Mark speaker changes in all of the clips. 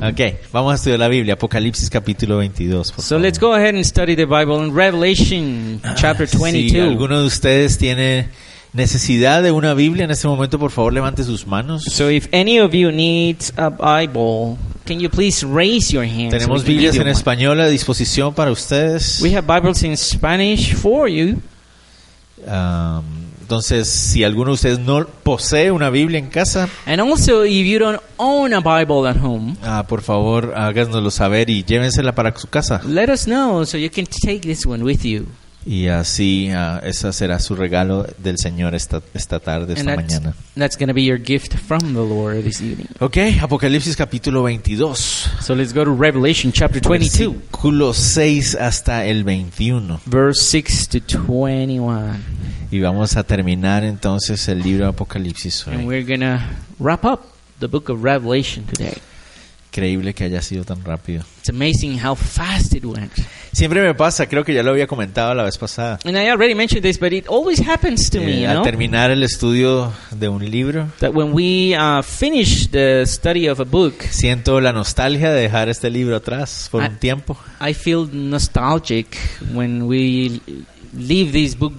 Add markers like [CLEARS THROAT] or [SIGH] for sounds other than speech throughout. Speaker 1: Ok, vamos a estudiar la Biblia, Apocalipsis capítulo 22. por
Speaker 2: So
Speaker 1: favor.
Speaker 2: let's go ahead and study the Bible in Revelation
Speaker 1: Ah,
Speaker 2: chapter
Speaker 1: [LAUGHS] Si
Speaker 2: 22.
Speaker 1: alguno de ustedes tiene necesidad de una Biblia en este momento, por favor levante sus manos.
Speaker 2: So if any of you needs a Bible, can you please raise your hand? so we
Speaker 1: Tenemos
Speaker 2: can give
Speaker 1: Biblias
Speaker 2: you
Speaker 1: en
Speaker 2: one?
Speaker 1: español a disposición para ustedes.
Speaker 2: We have Bibles in Spanish for you.
Speaker 1: Ah, entonces, si alguno de ustedes no posee una Biblia en casa,
Speaker 2: And also, if you don't own a Bible at home,
Speaker 1: ah, por favor háganoslo saber y llévensela para su casa.
Speaker 2: let us know so you can take this one with you.
Speaker 1: Y así, ah, esa será su regalo del Señor esta, esta tarde,
Speaker 2: And
Speaker 1: esta
Speaker 2: that's,
Speaker 1: mañana.
Speaker 2: that's going to be your gift from the Lord this evening.
Speaker 1: Ok, Apocalipsis capítulo 22.
Speaker 2: So let's go to Revelation chapter 22,
Speaker 1: Versículo 6 hasta el 21.
Speaker 2: verse 6 to 21.
Speaker 1: Y vamos a terminar entonces el libro de Apocalipsis
Speaker 2: And
Speaker 1: hoy.
Speaker 2: we're going to wrap up the book of Revelation today.
Speaker 1: Increíble que haya sido tan rápido.
Speaker 2: It's amazing how fast it went.
Speaker 1: Siempre me pasa, creo que ya lo había comentado la vez pasada.
Speaker 2: And I already mentioned this, but it always happens to me,
Speaker 1: Eh,
Speaker 2: you
Speaker 1: al
Speaker 2: know,
Speaker 1: terminar el estudio de un libro,
Speaker 2: that when we uh, finish the study of a book,
Speaker 1: siento la nostalgia de dejar este libro atrás por
Speaker 2: Ah.
Speaker 1: un tiempo.
Speaker 2: I feel nostalgic when we leave this book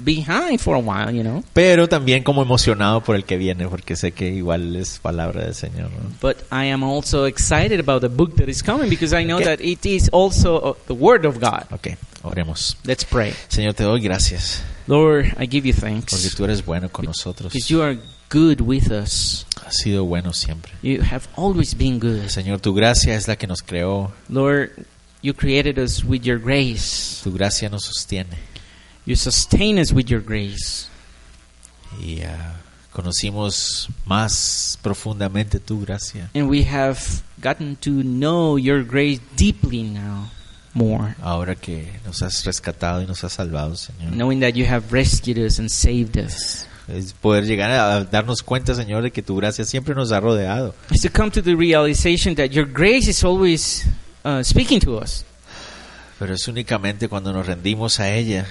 Speaker 2: behind for a while, you know.
Speaker 1: Pero también como emocionado por el que viene, porque sé que igual es palabra del Señor. ¿no?
Speaker 2: But I am also excited about the book that is coming because I know that it is also uh, the Word of God.
Speaker 1: Ok, oremos.
Speaker 2: Let's pray.
Speaker 1: Señor, te doy gracias,
Speaker 2: Lord, I give you
Speaker 1: porque
Speaker 2: thanks
Speaker 1: tú eres bueno con nosotros.
Speaker 2: because you are good with us.
Speaker 1: Has sido bueno siempre.
Speaker 2: You have always been good.
Speaker 1: Señor, tu gracia es la que nos creó,
Speaker 2: Lord, you created us with your grace.
Speaker 1: tu gracia nos sostiene.
Speaker 2: You sustain us with your grace.
Speaker 1: Y ah, conocimos más profundamente tu gracia.
Speaker 2: And we have gotten to know your grace deeply now more.
Speaker 1: Ahora que nos has rescatado y nos has salvado, Señor.
Speaker 2: knowing that you have rescued us and saved us.
Speaker 1: Es poder llegar a darnos cuenta, Señor, de que tu gracia siempre nos ha rodeado.
Speaker 2: Is to come to the realization that your grace is always uh, speaking to us,
Speaker 1: Pero es únicamente cuando nos rendimos a ella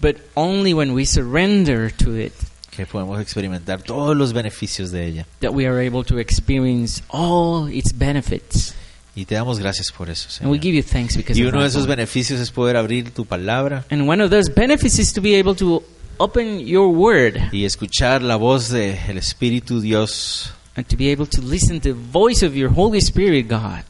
Speaker 2: but only when we surrender to it
Speaker 1: que podemos experimentar todos los beneficios de ella.
Speaker 2: that we are able to experience all its benefits.
Speaker 1: Y te damos gracias por eso,
Speaker 2: And we
Speaker 1: Señor.
Speaker 2: give you thanks because
Speaker 1: Y
Speaker 2: of
Speaker 1: uno de
Speaker 2: that,
Speaker 1: esos
Speaker 2: Lord.
Speaker 1: beneficios es poder abrir tu palabra
Speaker 2: And one of those benefits is to be able to open your word
Speaker 1: y escuchar la voz del Espíritu Dios
Speaker 2: and to be able to listen to the voice of your Holy Spirit, God,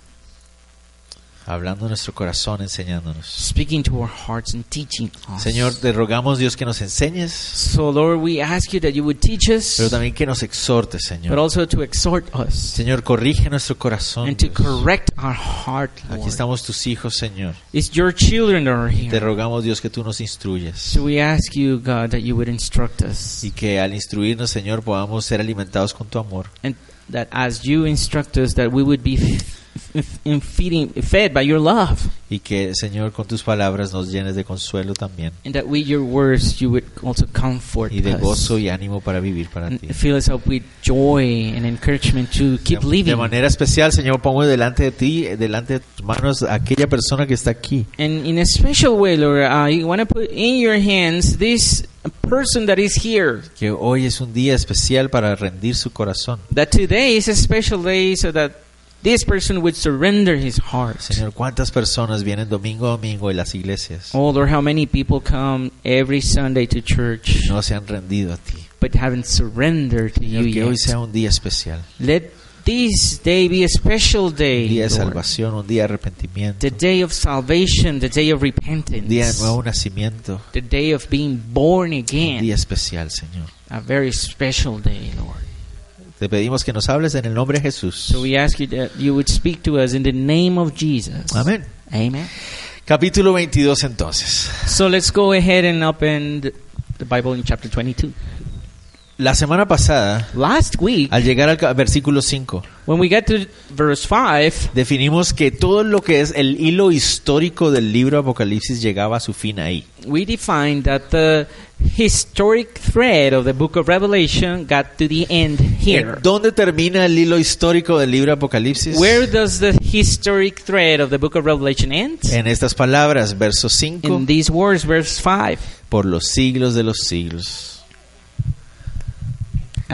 Speaker 1: hablando en nuestro corazón, enseñándonos.
Speaker 2: speaking to our hearts and teaching us.
Speaker 1: Señor, te rogamos, Dios, que nos enseñes,
Speaker 2: so Lord, we ask you that you would teach us,
Speaker 1: pero también que nos exhortes,
Speaker 2: but
Speaker 1: Señor.
Speaker 2: also to exhort us.
Speaker 1: Señor, corrige nuestro corazón.
Speaker 2: and to
Speaker 1: Dios.
Speaker 2: correct our heart,
Speaker 1: Aquí
Speaker 2: Lord.
Speaker 1: estamos tus hijos, Señor.
Speaker 2: It's your children that are
Speaker 1: Te
Speaker 2: here.
Speaker 1: rogamos, Dios, que tú nos instruyas.
Speaker 2: So we ask you, God, that you would instruct us.
Speaker 1: Y que al instruirnos, Señor, podamos ser alimentados con tu amor.
Speaker 2: And that as you instruct us, that we would be f- f- in feeding, fed by your love.
Speaker 1: Y que, Señor, con tus palabras nos llenes de consuelo también.
Speaker 2: And that with your words, you would also comfort
Speaker 1: Y de
Speaker 2: us.
Speaker 1: gozo y ánimo para vivir para ti.
Speaker 2: And fill us up with joy and encouragement to keep
Speaker 1: De, de
Speaker 2: living.
Speaker 1: manera especial, Señor, pongo delante de ti, eh, delante de tus manos, a aquella persona que está aquí.
Speaker 2: And in a special way, Lord, I want to put in your hands this person that is here.
Speaker 1: Que hoy es un día especial para rendir su corazón.
Speaker 2: that today is a special day so that this person would surrender his heart.
Speaker 1: Señor, ¿cuántas personas vienen domingo a domingo en las iglesias?
Speaker 2: Oh Lord, how many people come every Sunday to church
Speaker 1: No se han rendido a ti.
Speaker 2: but haven't surrendered to you
Speaker 1: Señor, que hoy
Speaker 2: yet?
Speaker 1: sea un día especial.
Speaker 2: Let this day be a special
Speaker 1: Un día
Speaker 2: day.
Speaker 1: de
Speaker 2: Lord.
Speaker 1: salvación, un día de arrepentimiento,
Speaker 2: The day of salvation, the day of
Speaker 1: un día de
Speaker 2: repentance,
Speaker 1: nuevo nacimiento.
Speaker 2: the day of being born
Speaker 1: Un día
Speaker 2: again.
Speaker 1: especial, Señor.
Speaker 2: A very special day, Lord.
Speaker 1: Te pedimos que nos hables en el nombre de Jesús.
Speaker 2: So we ask you that you would speak to us in the name of Jesus.
Speaker 1: Amén.
Speaker 2: Amen.
Speaker 1: Capítulo 22 entonces.
Speaker 2: So let's go ahead and open the- the Bible in chapter 22.
Speaker 1: La semana pasada,
Speaker 2: Last week,
Speaker 1: al llegar al ca- versículo 5,
Speaker 2: when we get to verse 5,
Speaker 1: Definimos que todo lo que es el hilo histórico del libro Apocalipsis llegaba a su fin ahí.
Speaker 2: we defined that the historic thread of the book of Revelation got to the end here.
Speaker 1: ¿Dónde termina el hilo histórico del libro Apocalipsis?
Speaker 2: Where does the historic thread of the book of Revelation end?
Speaker 1: En estas palabras, verso 5,
Speaker 2: In these words, verse 5.
Speaker 1: por los siglos de los siglos.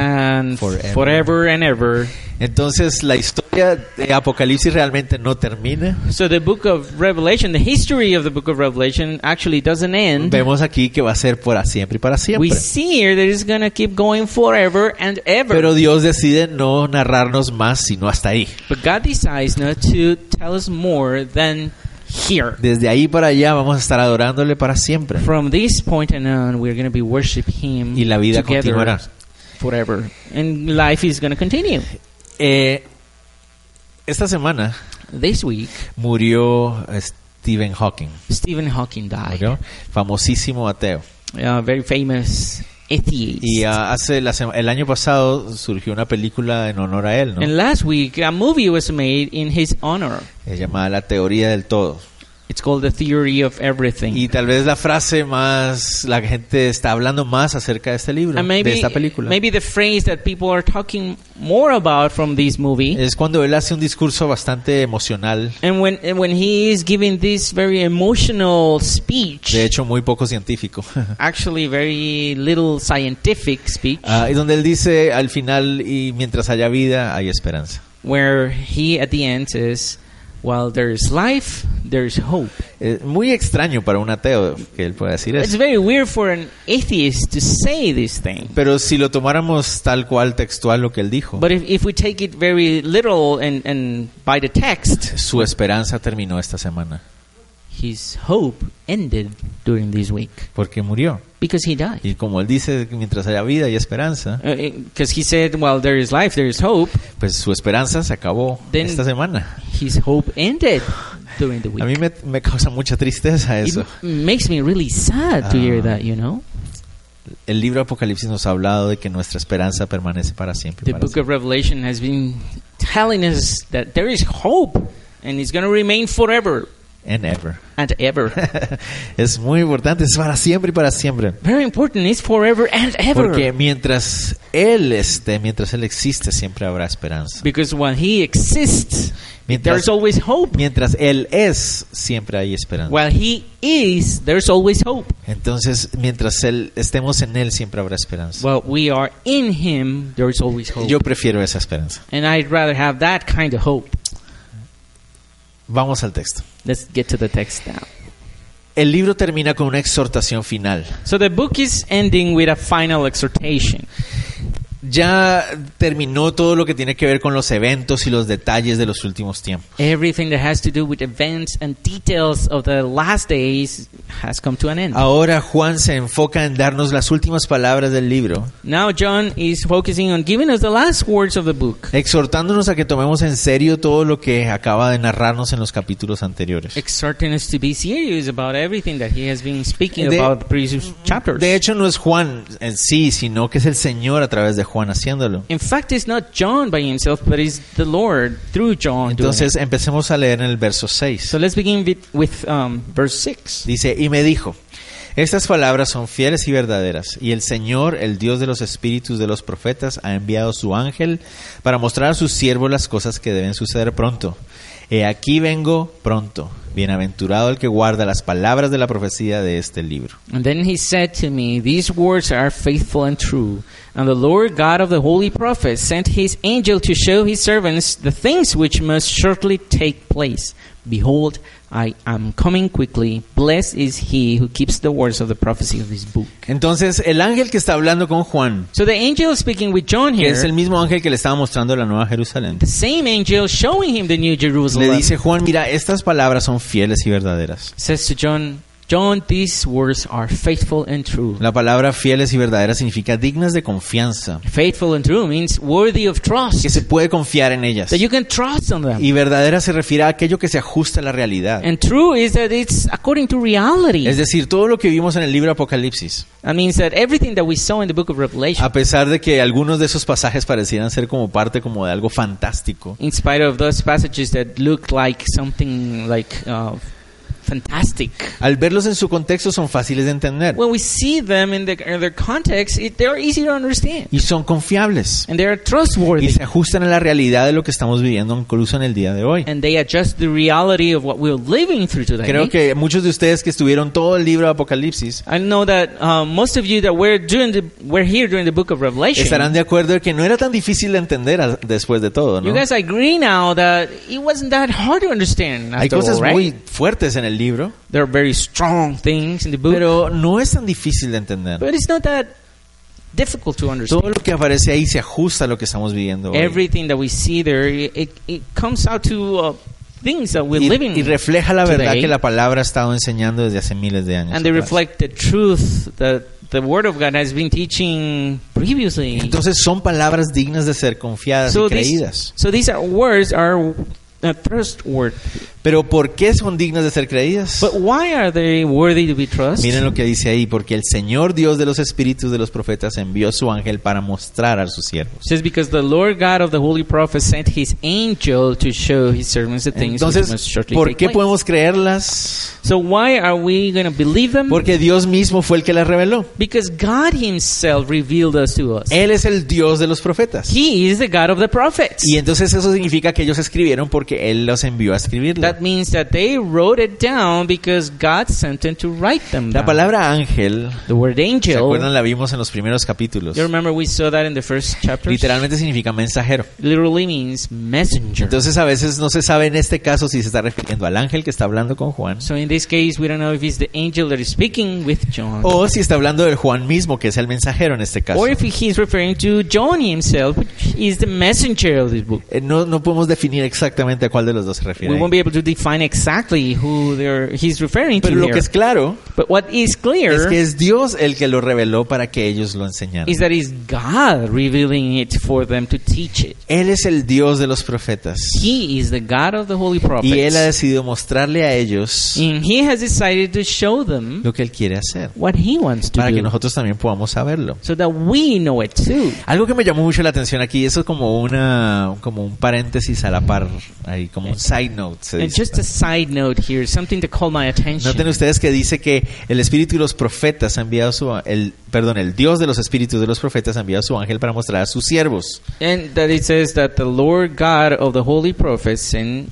Speaker 2: And
Speaker 1: Forever.
Speaker 2: forever and ever.
Speaker 1: Entonces la historia de Apocalipsis realmente no termina.
Speaker 2: So the book of Revelation, the history of the book of Revelation actually doesn't end.
Speaker 1: Vemos aquí que va a ser para siempre y para
Speaker 2: We
Speaker 1: siempre.
Speaker 2: see here that it's going to keep going forever and ever.
Speaker 1: Pero Dios decide no narrarnos más, sino hasta ahí.
Speaker 2: but God decides not to tell us more than here.
Speaker 1: Desde ahí para allá vamos a estar adorándole para siempre.
Speaker 2: From this point and on, we're going to be worship Him
Speaker 1: Y la vida
Speaker 2: together
Speaker 1: continuará.
Speaker 2: forever, and life is going to continue.
Speaker 1: Eh, esta semana
Speaker 2: This week,
Speaker 1: murió eh, Stephen Hawking,
Speaker 2: Stephen Hawking died,
Speaker 1: ¿no? famosísimo ateo.
Speaker 2: a very famous atheist.
Speaker 1: Y ah, hace la sema- el año pasado surgió una película en honor a él, ¿no?
Speaker 2: And last week, a movie was made in his honor.
Speaker 1: Eh, llamada La Teoría del Todo.
Speaker 2: It's called The Theory of Everything.
Speaker 1: Y tal vez la frase más, la gente está hablando más acerca de este libro,
Speaker 2: and
Speaker 1: de
Speaker 2: Ah, maybe,
Speaker 1: esta película.
Speaker 2: maybe the phrase that people are talking more about from this movie,
Speaker 1: Es cuando él hace un discurso bastante emocional,
Speaker 2: and when and when he is giving this very emotional speech,
Speaker 1: de hecho muy poco científico. [LAUGHS]
Speaker 2: actually very little scientific speech,
Speaker 1: Ah, y donde él dice al final, y mientras haya vida, hay esperanza.
Speaker 2: where he at the end says, "While there is life, there is hope."
Speaker 1: Eh, muy extraño para un ateo que él pueda decir
Speaker 2: It's
Speaker 1: eso.
Speaker 2: very weird for an atheist to say this thing.
Speaker 1: Pero si lo tomáramos tal cual textual lo que él dijo,
Speaker 2: But if, if we take it very literal and, and by the text,
Speaker 1: su esperanza terminó esta semana,
Speaker 2: his hope ended during this week
Speaker 1: porque murió.
Speaker 2: because he died.
Speaker 1: Y como él dice, mientras haya vida hay esperanza,
Speaker 2: Because Uh, he said, "While there is life, there is hope."
Speaker 1: pues su esperanza se acabó
Speaker 2: Then-
Speaker 1: esta semana.
Speaker 2: His hope ended during the
Speaker 1: A mí
Speaker 2: week.
Speaker 1: me, me causa mucha tristeza
Speaker 2: It
Speaker 1: eso.
Speaker 2: m- makes me really sad to hear
Speaker 1: Ah.
Speaker 2: that. You know,
Speaker 1: El libro Apocalipsis nos ha hablado de que nuestra esperanza permanece para siempre.
Speaker 2: the
Speaker 1: y para
Speaker 2: Book of Revelation has been telling us that there is hope, and it's going to remain forever
Speaker 1: siempre. And ever. [LAUGHS]
Speaker 2: and ever.
Speaker 1: es muy importante, es para siempre y para siempre.
Speaker 2: very important. It's forever and ever.
Speaker 1: Porque mientras Él esté, mientras Él existe, siempre habrá esperanza.
Speaker 2: Because when he exists, there's
Speaker 1: Mientras,
Speaker 2: always hope.
Speaker 1: mientras Él es, siempre hay esperanza.
Speaker 2: While he is, there's always hope.
Speaker 1: Entonces, mientras Él estemos en Él, siempre habrá esperanza.
Speaker 2: Well, we are in him, there is always hope.
Speaker 1: Yo prefiero esa esperanza.
Speaker 2: And I'd rather have that kind of hope.
Speaker 1: Vamos al texto.
Speaker 2: Let's get to the text now.
Speaker 1: El libro termina con una exhortación final.
Speaker 2: So the book is ending with a final exhortation.
Speaker 1: Ya terminó todo lo que tiene que ver con los eventos y los detalles de los últimos tiempos.
Speaker 2: Everything that has to do with events and details of the last days has come to an end.
Speaker 1: Ahora Juan se enfoca en darnos las últimas palabras del libro,
Speaker 2: Now John is focusing on giving us the last words of the book,
Speaker 1: exhortándonos a que tomemos en serio todo lo que acaba de narrarnos en los capítulos anteriores.
Speaker 2: exhorting us to be serious about everything that he has been speaking
Speaker 1: De-
Speaker 2: about the previous chapters.
Speaker 1: De hecho, no es Juan en sí, sino que es el Señor a través de Juan haciéndolo.
Speaker 2: In fact, it's not John by himself, but it's the Lord through John. doing it.
Speaker 1: Entonces, empecemos a leer en el verso 6.
Speaker 2: so let's begin with, with um, verse 6.
Speaker 1: Dice, y me dijo, estas palabras son fieles y verdaderas, y el Señor, el Dios de los espíritus de los profetas, ha enviado su ángel para mostrar a sus siervos las cosas que deben suceder pronto. He aquí vengo pronto, bienaventurado el que guarda las palabras de la profecía de este libro.
Speaker 2: And then he said to me, These words are faithful and true. And the Lord God of the holy prophets sent his angel to show his servants the things which must shortly take place. Behold, I am coming quickly. Blessed is he who keeps the words of the prophecy of this book.
Speaker 1: Entonces, el ángel que está hablando con Juan,
Speaker 2: So the angel speaking with John
Speaker 1: que
Speaker 2: here,
Speaker 1: es el mismo ángel que le estaba mostrando la Nueva Jerusalén,
Speaker 2: the same angel showing him the New
Speaker 1: le
Speaker 2: Jerusalem,
Speaker 1: dice, Juan, mira, estas palabras son fieles y verdaderas.
Speaker 2: says to John, John, these words are faithful and true.
Speaker 1: La palabra fieles y verdaderas significa dignas de confianza,
Speaker 2: Faithful and true means worthy of trust.
Speaker 1: que se puede confiar en ellas.
Speaker 2: That you can trust on them.
Speaker 1: Y verdadera se refiere a aquello que se ajusta a la realidad.
Speaker 2: And true is that it's according to reality.
Speaker 1: Es decir, todo lo que vimos en el libro Apocalipsis,
Speaker 2: That means that everything that we saw in the book of Revelation,
Speaker 1: a pesar de que algunos de esos pasajes parecieran ser como parte como de algo fantástico,
Speaker 2: in spite of those passages that look like something like uh, fantastic.
Speaker 1: Al verlos en su contexto son fáciles de entender
Speaker 2: When we see them in, the, in their context, it, they are easy to understand
Speaker 1: y son confiables
Speaker 2: and they are
Speaker 1: y
Speaker 2: trustworthy
Speaker 1: se ajustan a la realidad de lo que estamos viviendo incluso en el día de hoy.
Speaker 2: and they adjust the reality of what we're living through today.
Speaker 1: Creo que muchos de ustedes que estuvieron todo el libro de Apocalipsis
Speaker 2: I know that uh, most of you that were during the were here during the book of Revelation.
Speaker 1: estarán de acuerdo de que no era tan difícil de entender al- después de todo,
Speaker 2: You
Speaker 1: ¿no?
Speaker 2: guys agree now that it wasn't that hard to understand.
Speaker 1: Hay
Speaker 2: After
Speaker 1: cosas
Speaker 2: all, right?
Speaker 1: muy fuertes en el libro,
Speaker 2: there are very strong things in the book,
Speaker 1: pero no es tan difícil de entender.
Speaker 2: but it's not that difficult to understand.
Speaker 1: Todo lo que aparece ahí se ajusta a lo que estamos viviendo hoy.
Speaker 2: Everything that we see there, it, it comes out to uh, things that we're
Speaker 1: Y,
Speaker 2: living,
Speaker 1: y refleja la verdad
Speaker 2: today.
Speaker 1: que la palabra ha estado enseñando desde hace miles de años.
Speaker 2: and they
Speaker 1: atrás.
Speaker 2: reflect the truth that the Word of God has been teaching previously.
Speaker 1: Entonces son palabras dignas de ser confiadas
Speaker 2: so
Speaker 1: y
Speaker 2: these,
Speaker 1: creídas.
Speaker 2: so these are words are uh, trustworthy.
Speaker 1: Pero ¿por qué son dignas de ser creídas?
Speaker 2: But why are they worthy to be trusted?
Speaker 1: Miren lo que dice ahí, porque el Señor Dios de los espíritus de los profetas envió su ángel para mostrar a sus siervos.
Speaker 2: Just because the Lord God of the holy prophets sent his angel to show his servants the things which must
Speaker 1: Entonces,
Speaker 2: shortly
Speaker 1: ¿por
Speaker 2: take
Speaker 1: qué
Speaker 2: place.
Speaker 1: podemos creerlas?
Speaker 2: So why are we going to believe them?
Speaker 1: Porque Dios mismo fue el que las reveló.
Speaker 2: because God himself revealed us to us.
Speaker 1: Él es el Dios de los profetas.
Speaker 2: he is the God of the prophets.
Speaker 1: Y entonces eso significa que ellos escribieron porque Él los envió a escribirlo.
Speaker 2: That means that they wrote it down because God sent them to write them
Speaker 1: La
Speaker 2: down.
Speaker 1: palabra ángel,
Speaker 2: the word
Speaker 1: ¿se
Speaker 2: angel,
Speaker 1: acuerdan? La vimos en los primeros capítulos.
Speaker 2: you remember we saw that in the first chapter?
Speaker 1: Literalmente significa mensajero.
Speaker 2: Literally means messenger.
Speaker 1: Entonces a veces no se sabe en este caso si se está refiriendo al ángel que está hablando con Juan
Speaker 2: so in this case, we don't know if it's the angel that is speaking with John.
Speaker 1: o si está hablando del Juan mismo que es el mensajero en este caso.
Speaker 2: Or if he's referring to John himself, which is the messenger of this book.
Speaker 1: Eh, No, no podemos definir exactamente a cuál de los dos se refiere.
Speaker 2: We
Speaker 1: ahí.
Speaker 2: won't be able to define exactly who they're, he's referring to
Speaker 1: Pero lo
Speaker 2: here.
Speaker 1: que es claro
Speaker 2: But what is
Speaker 1: es
Speaker 2: clear
Speaker 1: que es Dios el que lo reveló para que ellos lo enseñaran.
Speaker 2: is that it's God revealing it for them to teach it.
Speaker 1: Él es el Dios de los profetas
Speaker 2: He is the God of the holy prophets.
Speaker 1: y Él ha decidido mostrarle a ellos
Speaker 2: and he has decided to show them
Speaker 1: lo que Él quiere hacer
Speaker 2: what he wants to
Speaker 1: para que
Speaker 2: do.
Speaker 1: nosotros también podamos saberlo.
Speaker 2: So that we know it too.
Speaker 1: Algo que me llamó mucho la atención aquí, eso es como una como un paréntesis a la par, ahí como un side note. se
Speaker 2: And
Speaker 1: dice.
Speaker 2: just a side note here, something that caught my attention.
Speaker 1: Noten ustedes que dice que el espíritu de los profetas ha enviado su el perdón, el Dios de los espíritus de los profetas ha enviado a su ángel para mostrar a sus siervos.
Speaker 2: And that it says that the Lord God of the holy prophets sent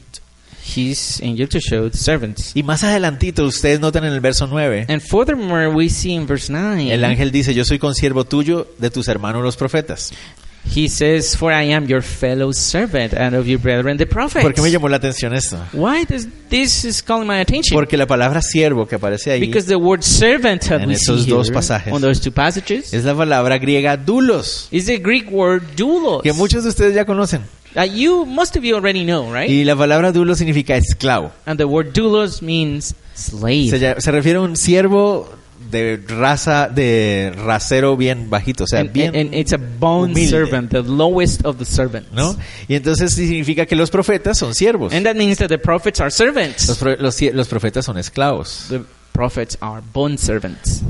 Speaker 2: his angel to show the servants.
Speaker 1: Y más adelantito ustedes notan en el verso 9,
Speaker 2: And furthermore, we see in verse 9,
Speaker 1: el ángel dice, "Yo soy consiervo tuyo de tus hermanos los profetas."
Speaker 2: he says, For I am your fellow servant and of your brethren the prophets.
Speaker 1: ¿Por qué me llamó la atención esto?
Speaker 2: Why does this is calling my attention?
Speaker 1: Porque la palabra siervo que aparece ahí
Speaker 2: because the word servant that
Speaker 1: En
Speaker 2: we
Speaker 1: esos
Speaker 2: see
Speaker 1: dos
Speaker 2: here,
Speaker 1: pasajes.
Speaker 2: on those two passages
Speaker 1: es la palabra griega doulos,
Speaker 2: is the Greek word doulos
Speaker 1: que muchos de ustedes ya conocen.
Speaker 2: that you most of you already know, right?
Speaker 1: Y la palabra doulos significa esclavo.
Speaker 2: and the word doulos means slave.
Speaker 1: Se, ll- se refiere a un siervo de raza, de racero bien bajito, o sea,
Speaker 2: and,
Speaker 1: bien,
Speaker 2: and- and it's a bond
Speaker 1: humilde.
Speaker 2: servant, the lowest of the servants.
Speaker 1: ¿no? Y entonces significa que los profetas son siervos.
Speaker 2: And that means that the prophets are
Speaker 1: Los,
Speaker 2: servants.
Speaker 1: pro- los sie- los profetas son esclavos.
Speaker 2: The prophets are bond servants.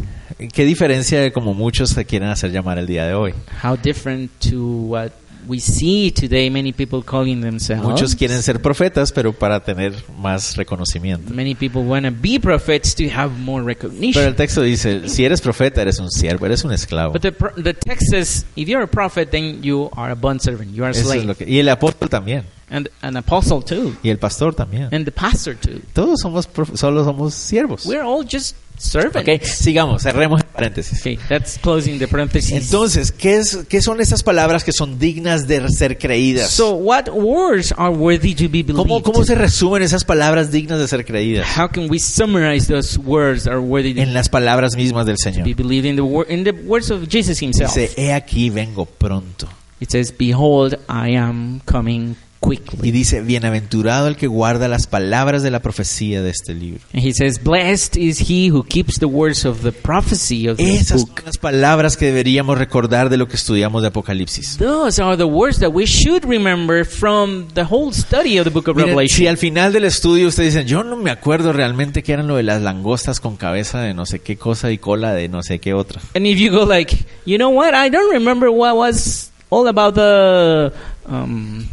Speaker 1: ¿Qué diferencia de como muchos se quieren hacer llamar el día de hoy?
Speaker 2: How different to what we see today many people calling
Speaker 1: Muchos
Speaker 2: themselves.
Speaker 1: quieren ser profetas, pero para tener más reconocimiento.
Speaker 2: Many people want to be prophets to have more
Speaker 1: Pero
Speaker 2: recognition.
Speaker 1: el texto dice, si eres profeta, eres un siervo, eres un esclavo.
Speaker 2: But the, pro- the text says, if you're a prophet, then you are a bond servant. You are a
Speaker 1: Eso es
Speaker 2: slave.
Speaker 1: lo que- y el apóstol también,
Speaker 2: and an apostle too.
Speaker 1: y el pastor también.
Speaker 2: And the pastor too.
Speaker 1: Todos somos, prof- solo somos siervos.
Speaker 2: We're all just servants.
Speaker 1: Ok, sigamos, cerremos el paréntesis.
Speaker 2: Okay, that's closing the parentheses.
Speaker 1: Entonces, ¿qué, es, ¿qué son esas palabras que son dignas de ser creídas?
Speaker 2: So what words are worthy to be believed?
Speaker 1: ¿Cómo, ¿Cómo se resumen esas palabras dignas de ser creídas?
Speaker 2: How can we summarize those words that are worthy to
Speaker 1: En las palabras mismas del Señor.
Speaker 2: be believed in the wor- in the words of Jesus himself?
Speaker 1: Dice, he aquí vengo pronto.
Speaker 2: It says, "Behold, I am coming
Speaker 1: Y
Speaker 2: quickly."
Speaker 1: dice, bienaventurado el que guarda las palabras de la profecía de este libro.
Speaker 2: And he says, "Blessed is he who keeps the words of the prophecy of this
Speaker 1: Esas son
Speaker 2: book."
Speaker 1: las palabras que deberíamos recordar de lo que estudiamos de Apocalipsis.
Speaker 2: Those are the words that we should remember from the whole study of the book of
Speaker 1: Miren,
Speaker 2: Revelation.
Speaker 1: si al final del estudio ustedes dicen, yo no me acuerdo realmente qué eran lo de las langostas con cabeza de no sé qué cosa y cola de no sé qué otra.
Speaker 2: And if you go like, you know what? I don't remember what was all about the um,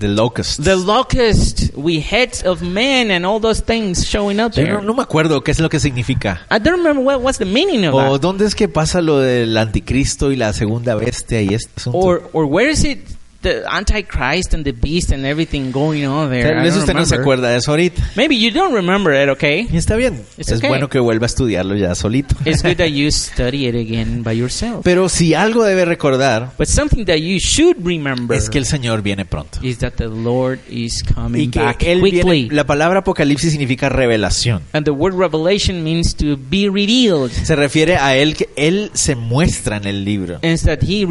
Speaker 1: the locusts.
Speaker 2: The locust, we heads of men and all those things showing up
Speaker 1: Yo no,
Speaker 2: there.
Speaker 1: no me acuerdo qué es lo que significa.
Speaker 2: I don't remember what what's the meaning of
Speaker 1: O
Speaker 2: that.
Speaker 1: dónde es que pasa lo del anticristo y la segunda bestia y este asunto.
Speaker 2: Or or where is it the Antichrist and the beast and everything going on there?
Speaker 1: Tal
Speaker 2: eh, I
Speaker 1: vez
Speaker 2: don't
Speaker 1: usted no se
Speaker 2: remember.
Speaker 1: acuerda de eso ahorita.
Speaker 2: Maybe you don't remember it,
Speaker 1: [LAUGHS]
Speaker 2: okay?
Speaker 1: Y está bien.
Speaker 2: It's
Speaker 1: es
Speaker 2: okay.
Speaker 1: bueno que vuelva a estudiarlo ya solito.
Speaker 2: It's good that you study it again by yourself.
Speaker 1: [LAUGHS] Pero si algo debe recordar
Speaker 2: But something that you should remember
Speaker 1: es que el Señor viene pronto.
Speaker 2: is that the Lord is coming
Speaker 1: Y que
Speaker 2: back
Speaker 1: él viene-
Speaker 2: quickly.
Speaker 1: la palabra apocalipsis significa revelación.
Speaker 2: And the word revelation means to be revealed.
Speaker 1: Se refiere a él que él se muestra en el libro.
Speaker 2: And that he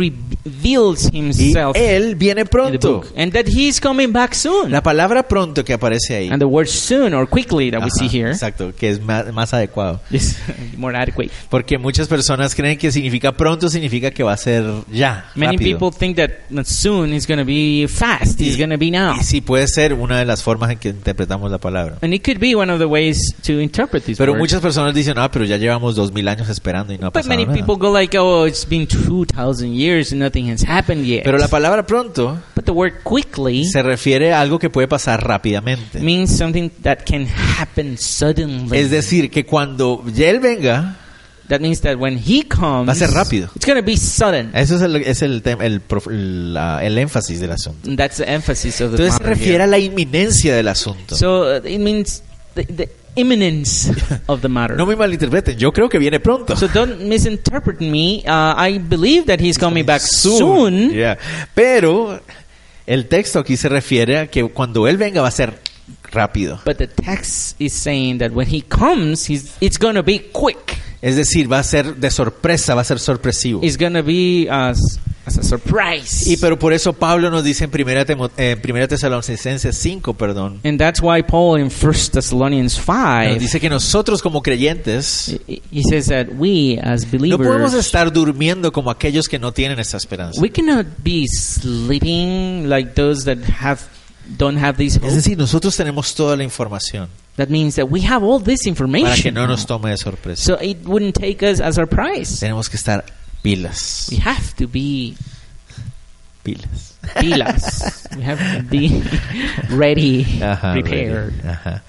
Speaker 2: reveals
Speaker 1: Y
Speaker 2: himself
Speaker 1: él viene
Speaker 2: in the
Speaker 1: pronto.
Speaker 2: book. And that he's coming back soon.
Speaker 1: La palabra pronto que aparece ahí.
Speaker 2: And the word soon or quickly that we
Speaker 1: Ajá,
Speaker 2: see here
Speaker 1: Exacto, que es ma- más, adecuado.
Speaker 2: is [LAUGHS] more adequate.
Speaker 1: Porque muchas personas creen que significa pronto, significa que va a ser ya.
Speaker 2: Many
Speaker 1: rápido.
Speaker 2: people think that that soon is going to be fast,
Speaker 1: Y-
Speaker 2: is going to be now.
Speaker 1: Y sí, puede ser una de las formas en que interpretamos la palabra.
Speaker 2: And it could be one of the ways to interpret this
Speaker 1: Pero
Speaker 2: word.
Speaker 1: muchas personas dicen, ah, pero ya llevamos dos mil años esperando y no ha
Speaker 2: But
Speaker 1: pasado
Speaker 2: many
Speaker 1: nada".
Speaker 2: people go like, oh, it's been 2,000 years and nothing has happened yet.
Speaker 1: Pero la palabra pronto
Speaker 2: but the word quickly
Speaker 1: se refiere a algo que puede pasar rápidamente.
Speaker 2: means something that can happen suddenly.
Speaker 1: Es decir, que cuando ya él venga,
Speaker 2: that means that when he comes,
Speaker 1: Va a ser rápido. Eh.
Speaker 2: it's going to be sudden.
Speaker 1: eso es el, es el, tem- el prof- la- el énfasis del asunto.
Speaker 2: And that's the emphasis of the
Speaker 1: Entonces se
Speaker 2: proverb
Speaker 1: refiere
Speaker 2: here.
Speaker 1: a la inminencia del asunto.
Speaker 2: So uh, it means the, the
Speaker 1: [LAUGHS]
Speaker 2: imminence of the matter.
Speaker 1: No me malinterpreten, yo creo que viene pronto.
Speaker 2: So don't misinterpret me. Uh, I believe that he's coming back soon.
Speaker 1: Yeah. Pero el texto aquí se refiere a que cuando él venga va a ser rápido.
Speaker 2: But the text is saying that when he comes, he's, it's going to be quick.
Speaker 1: Es decir, va a ser de sorpresa, va a ser sorpresivo.
Speaker 2: It's going to be as, as a surprise.
Speaker 1: Y pero por eso Pablo nos dice en primera, Temo- eh, primera Tesalonicenses 5, perdón,
Speaker 2: and that's why Paul in First Thessalonians
Speaker 1: nos
Speaker 2: 5,
Speaker 1: dice que nosotros como creyentes
Speaker 2: he- he says that we as
Speaker 1: no podemos
Speaker 2: believers,
Speaker 1: estar durmiendo como aquellos que no tienen esa esperanza.
Speaker 2: we cannot be sleeping like those that have don't have these hope.
Speaker 1: Es decir, nosotros tenemos toda la información
Speaker 2: That means that we have all this
Speaker 1: para que
Speaker 2: information.
Speaker 1: no nos tome de sorpresa.
Speaker 2: So it wouldn't take us as a surprise.
Speaker 1: Tenemos que estar pilas,
Speaker 2: We have to be
Speaker 1: pilas.
Speaker 2: pilas. we have to be ready,
Speaker 1: Ajá,
Speaker 2: prepared.
Speaker 1: ready. Ajá.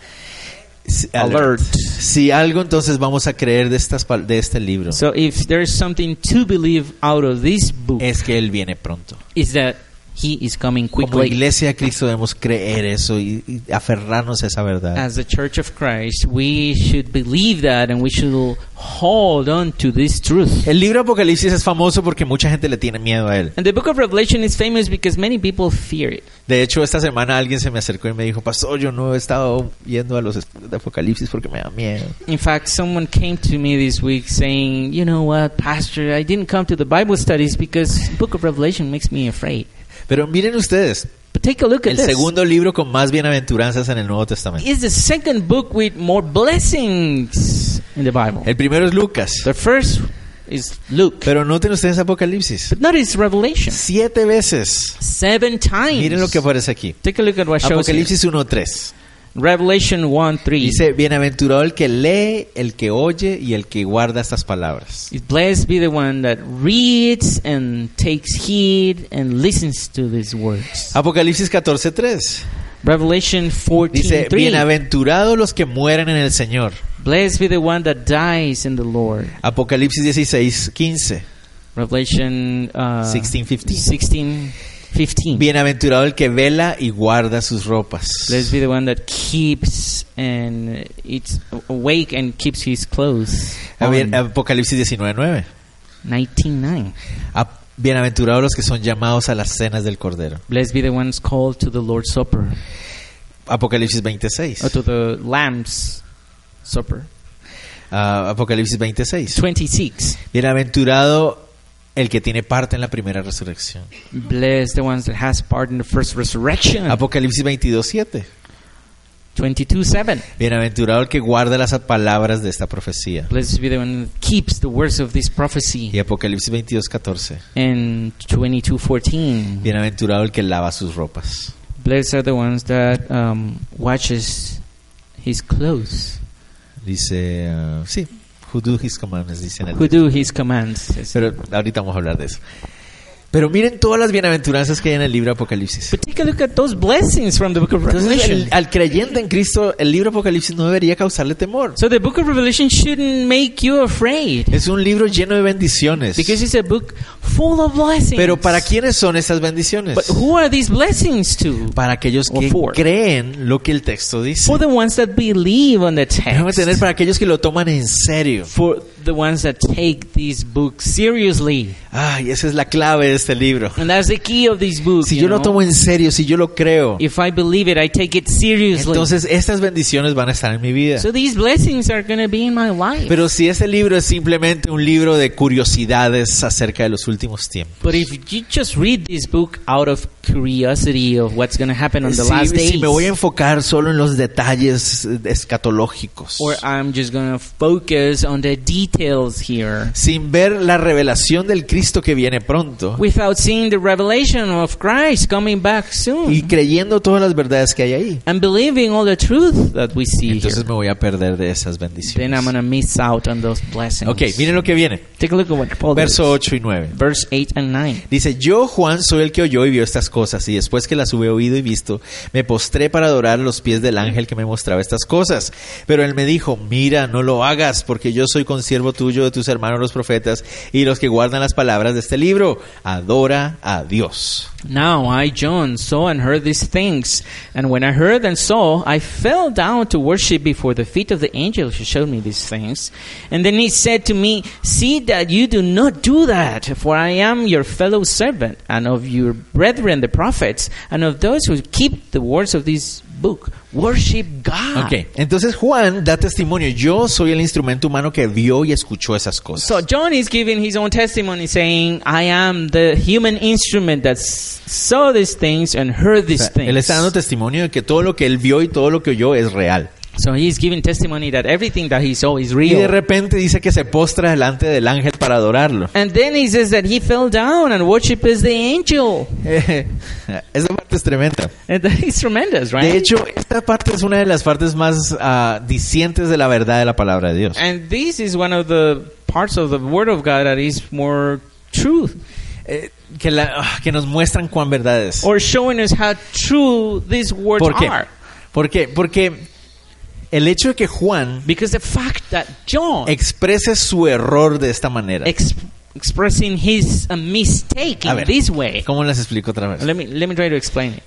Speaker 1: Si-
Speaker 2: Alert.
Speaker 1: Si algo, entonces vamos a creer de, estas, pal- de este libro
Speaker 2: So if there's something to believe out of this book,
Speaker 1: es que Él viene pronto.
Speaker 2: is that he is coming
Speaker 1: Como
Speaker 2: quickly.
Speaker 1: iglesia de Cristo debemos creer eso y, y aferrarnos a esa verdad.
Speaker 2: As the Church of Christ, we should believe that and we should hold on to this truth.
Speaker 1: El libro Apocalipsis es famoso porque mucha gente le tiene miedo a él.
Speaker 2: And the book of Revelation is famous because many people fear it.
Speaker 1: De hecho, esta semana alguien se me acercó y me dijo, Pastor, yo no he estado yendo a los estudios de Apocalipsis porque me da miedo.
Speaker 2: In fact, someone came to me this week saying, "You know what, pastor, I didn't come to the Bible studies because book of Revelation makes me afraid."
Speaker 1: Pero miren ustedes,
Speaker 2: But take a look at
Speaker 1: el
Speaker 2: this.
Speaker 1: segundo libro con más bienaventuranzas en el Nuevo Testamento.
Speaker 2: is the second book with more blessings in the Bible.
Speaker 1: El primero es Lucas,
Speaker 2: The first is Luke,
Speaker 1: pero noten ustedes Apocalipsis.
Speaker 2: but not is Revelation.
Speaker 1: Siete veces.
Speaker 2: Seven times.
Speaker 1: Miren lo que aparece aquí.
Speaker 2: Take a look at what shows here.
Speaker 1: Apocalipsis 1.3.
Speaker 2: Revelation 1 3.
Speaker 1: Dice, bienaventurado el que lee, el que oye y el que guarda estas palabras.
Speaker 2: Blessed be the one that reads and takes heed and listens to these
Speaker 1: Ah.
Speaker 2: words.
Speaker 1: Apocalipsis 14.3.
Speaker 2: Revelation 14
Speaker 1: Dice,
Speaker 2: 3.
Speaker 1: bienaventurados los que mueren en el Señor.
Speaker 2: Blessed be the one that dies in the Lord.
Speaker 1: Apocalipsis 16, 15.
Speaker 2: Revelation uh,
Speaker 1: 16, 15.
Speaker 2: 16, 15.
Speaker 1: Bienaventurado el que vela y guarda sus ropas.
Speaker 2: Blessed be the one that keeps and it's awake and keeps his clothes.
Speaker 1: A ver,
Speaker 2: on.
Speaker 1: Ah, Apocalipsis 19, 9.
Speaker 2: 19 9.
Speaker 1: A- Bienaventurados los que son llamados a las cenas del Cordero.
Speaker 2: Blessed be the ones called to the Lord's Supper,
Speaker 1: Apocalipsis 26.
Speaker 2: or to the Lamb's Supper.
Speaker 1: Ah, Apocalipsis 26.
Speaker 2: 26.
Speaker 1: Bienaventurado el que tiene parte en la primera resurrección.
Speaker 2: Bless the ones that has part in the first resurrection.
Speaker 1: Apocalipsis 22, 7.
Speaker 2: 22 7.
Speaker 1: Bienaventurado el que guarda las palabras de esta profecía.
Speaker 2: Blessed be the one that keeps the words of this prophecy.
Speaker 1: Y Apocalipsis 22, 14.
Speaker 2: And 22 14.
Speaker 1: Bienaventurado el que lava sus ropas.
Speaker 2: Blessed are the ones that um, watches his clothes,
Speaker 1: Dice, ah, sí, who do his commandments, dice en el
Speaker 2: who do his commands.
Speaker 1: Pero ahorita vamos a hablar de eso. Pero miren todas las bienaventuranzas que hay en el libro Apocalipsis.
Speaker 2: But take a look at those blessings from the book of
Speaker 1: Entonces, el-
Speaker 2: Revelation.
Speaker 1: al creyente en Cristo, el libro Apocalipsis no debería causarle temor.
Speaker 2: So the book of Revelation shouldn't make you afraid
Speaker 1: Es un libro lleno de bendiciones.
Speaker 2: because it's a book full of blessings.
Speaker 1: Pero ¿para quiénes son esas bendiciones?
Speaker 2: But who are these blessings to?
Speaker 1: Para aquellos que
Speaker 2: Or for.
Speaker 1: creen lo que el texto dice.
Speaker 2: For the ones that believe on the
Speaker 1: Déjame tener
Speaker 2: text.
Speaker 1: para aquellos que lo toman en serio.
Speaker 2: For the ones that take these books seriously.
Speaker 1: Ay, esa es la clave de este libro.
Speaker 2: And that's the key of these books.
Speaker 1: Si
Speaker 2: you
Speaker 1: yo lo
Speaker 2: know?
Speaker 1: tomo en serio, si yo lo creo,
Speaker 2: If I believe it, I take it seriously.
Speaker 1: entonces estas bendiciones van a estar en mi vida.
Speaker 2: so these blessings are going to be in my life.
Speaker 1: Pero si ese libro es simplemente un libro de curiosidades acerca de los últimos tiempos.
Speaker 2: But if you just read this book out of curiosity of what's going to happen on the last
Speaker 1: Si,
Speaker 2: days,
Speaker 1: si me voy a enfocar solo en los detalles eh, escatológicos,
Speaker 2: or I'm just going to focus on the details here,
Speaker 1: sin ver la revelación del Cristo que viene pronto
Speaker 2: without seeing the revelation of Christ coming back soon
Speaker 1: y creyendo todas las verdades que hay ahí,
Speaker 2: and believing all the truth that we see here,
Speaker 1: entonces me voy a perder de esas
Speaker 2: then I'm going
Speaker 1: bendiciones.
Speaker 2: to miss out on those blessings.
Speaker 1: Ok, miren lo que viene.
Speaker 2: Take a look at what Paul
Speaker 1: Verso
Speaker 2: does.
Speaker 1: 8 y 9.
Speaker 2: Verse 8 and 9.
Speaker 1: Dice, yo Juan soy el que oyó y vio estas cosas, y después que las hube oído y visto, me postré para adorar a los pies del ángel que me mostraba estas cosas. Pero él me dijo, mira, no lo hagas, porque yo soy consiervo tuyo de tus hermanos los profetas y los que guardan las palabras de este libro. Adora a Dios.
Speaker 2: Now I, John, saw and heard these things. And when I heard and saw, I fell down to worship before the feet of the angel who showed me these things. And then he said to me, See that you do not do that, for I am your fellow servant, and of your brethren the prophets, and of those who keep the words of this book. Worship God.
Speaker 1: Ok, entonces Juan da testimonio, yo soy el instrumento humano que vio y escuchó esas cosas.
Speaker 2: So John is giving his own testimony saying, I am the human instrument that s- saw these things and heard
Speaker 1: O
Speaker 2: these
Speaker 1: sea, él
Speaker 2: things.
Speaker 1: está dando testimonio de que todo lo que él vio y todo lo que oyó es real.
Speaker 2: So he's giving testimony that everything that he saw is
Speaker 1: Y de
Speaker 2: real.
Speaker 1: repente dice que se postra delante del ángel para adorarlo.
Speaker 2: And then he says that he fell down and worship is the angel. [LAUGHS]
Speaker 1: Eh, [LAUGHS] Esa parte es tremenda.
Speaker 2: And that is tremendous,
Speaker 1: De
Speaker 2: right?
Speaker 1: hecho, esta parte es una de las partes más ah, disientes de la verdad de la palabra de Dios.
Speaker 2: And this is one of the parts of the Word of God that is more truth,
Speaker 1: Eh, que, la- ah, que nos muestran cuán verdad es.
Speaker 2: or showing us how true these words
Speaker 1: ¿Por qué?
Speaker 2: are.
Speaker 1: ¿Por qué? Porque el hecho de que Juan
Speaker 2: Because the fact that John
Speaker 1: exprese su error de esta manera.
Speaker 2: ex- expressing his uh, mistake
Speaker 1: A
Speaker 2: in
Speaker 1: ver,
Speaker 2: this way.
Speaker 1: ¿cómo les explico otra vez?
Speaker 2: Let me let me try to explain it.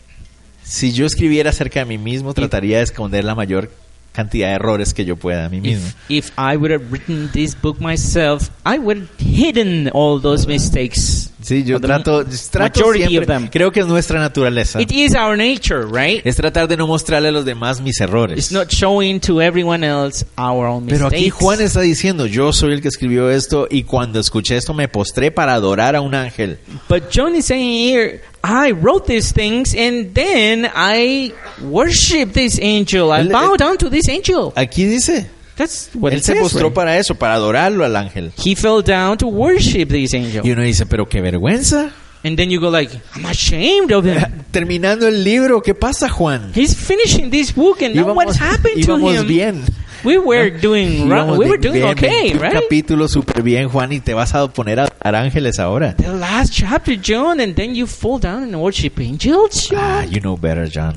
Speaker 1: Si yo escribiera acerca de mí mismo, trataría de esconder la mayor cantidad de errores que yo pueda a mí mismo.
Speaker 2: If, if I would have written this book myself, I would have hidden all those mistakes.
Speaker 1: Sí, yo
Speaker 2: The
Speaker 1: trato, trato
Speaker 2: majority of
Speaker 1: siempre,
Speaker 2: them.
Speaker 1: creo que es nuestra naturaleza.
Speaker 2: It is our nature, right?
Speaker 1: Es tratar de no mostrarle a los demás mis errores.
Speaker 2: It's not showing to everyone else our own
Speaker 1: Pero aquí
Speaker 2: mistakes.
Speaker 1: Juan está diciendo, yo soy el que escribió esto y cuando escuché esto me postré para adorar a un ángel.
Speaker 2: But John is saying here, I wrote these things and then I worship this angel. I
Speaker 1: Él-
Speaker 2: bow
Speaker 1: él-
Speaker 2: down to this angel.
Speaker 1: Aquí dice,
Speaker 2: That's what
Speaker 1: él
Speaker 2: it
Speaker 1: se
Speaker 2: says.
Speaker 1: postró
Speaker 2: right?
Speaker 1: para eso, para adorarlo al ángel.
Speaker 2: He fell down to worship this
Speaker 1: Y
Speaker 2: angel.
Speaker 1: uno dice, pero qué vergüenza. [LAUGHS]
Speaker 2: And then you go like, I'm ashamed of him.
Speaker 1: Terminando el libro, ¿qué pasa Juan?
Speaker 2: He's finishing this book and now what happened to
Speaker 1: íbamos
Speaker 2: him?
Speaker 1: bien. ¿eh?
Speaker 2: We were doing right.
Speaker 1: Íbamos
Speaker 2: We were
Speaker 1: bien,
Speaker 2: doing okay,
Speaker 1: 21
Speaker 2: right?
Speaker 1: capítulo súper bien, Juan, y te vas a poner a adorar ángeles ahora.
Speaker 2: The last chapter, John, and then you fall down and worship angels,
Speaker 1: Ah,
Speaker 2: John.
Speaker 1: you know better, John.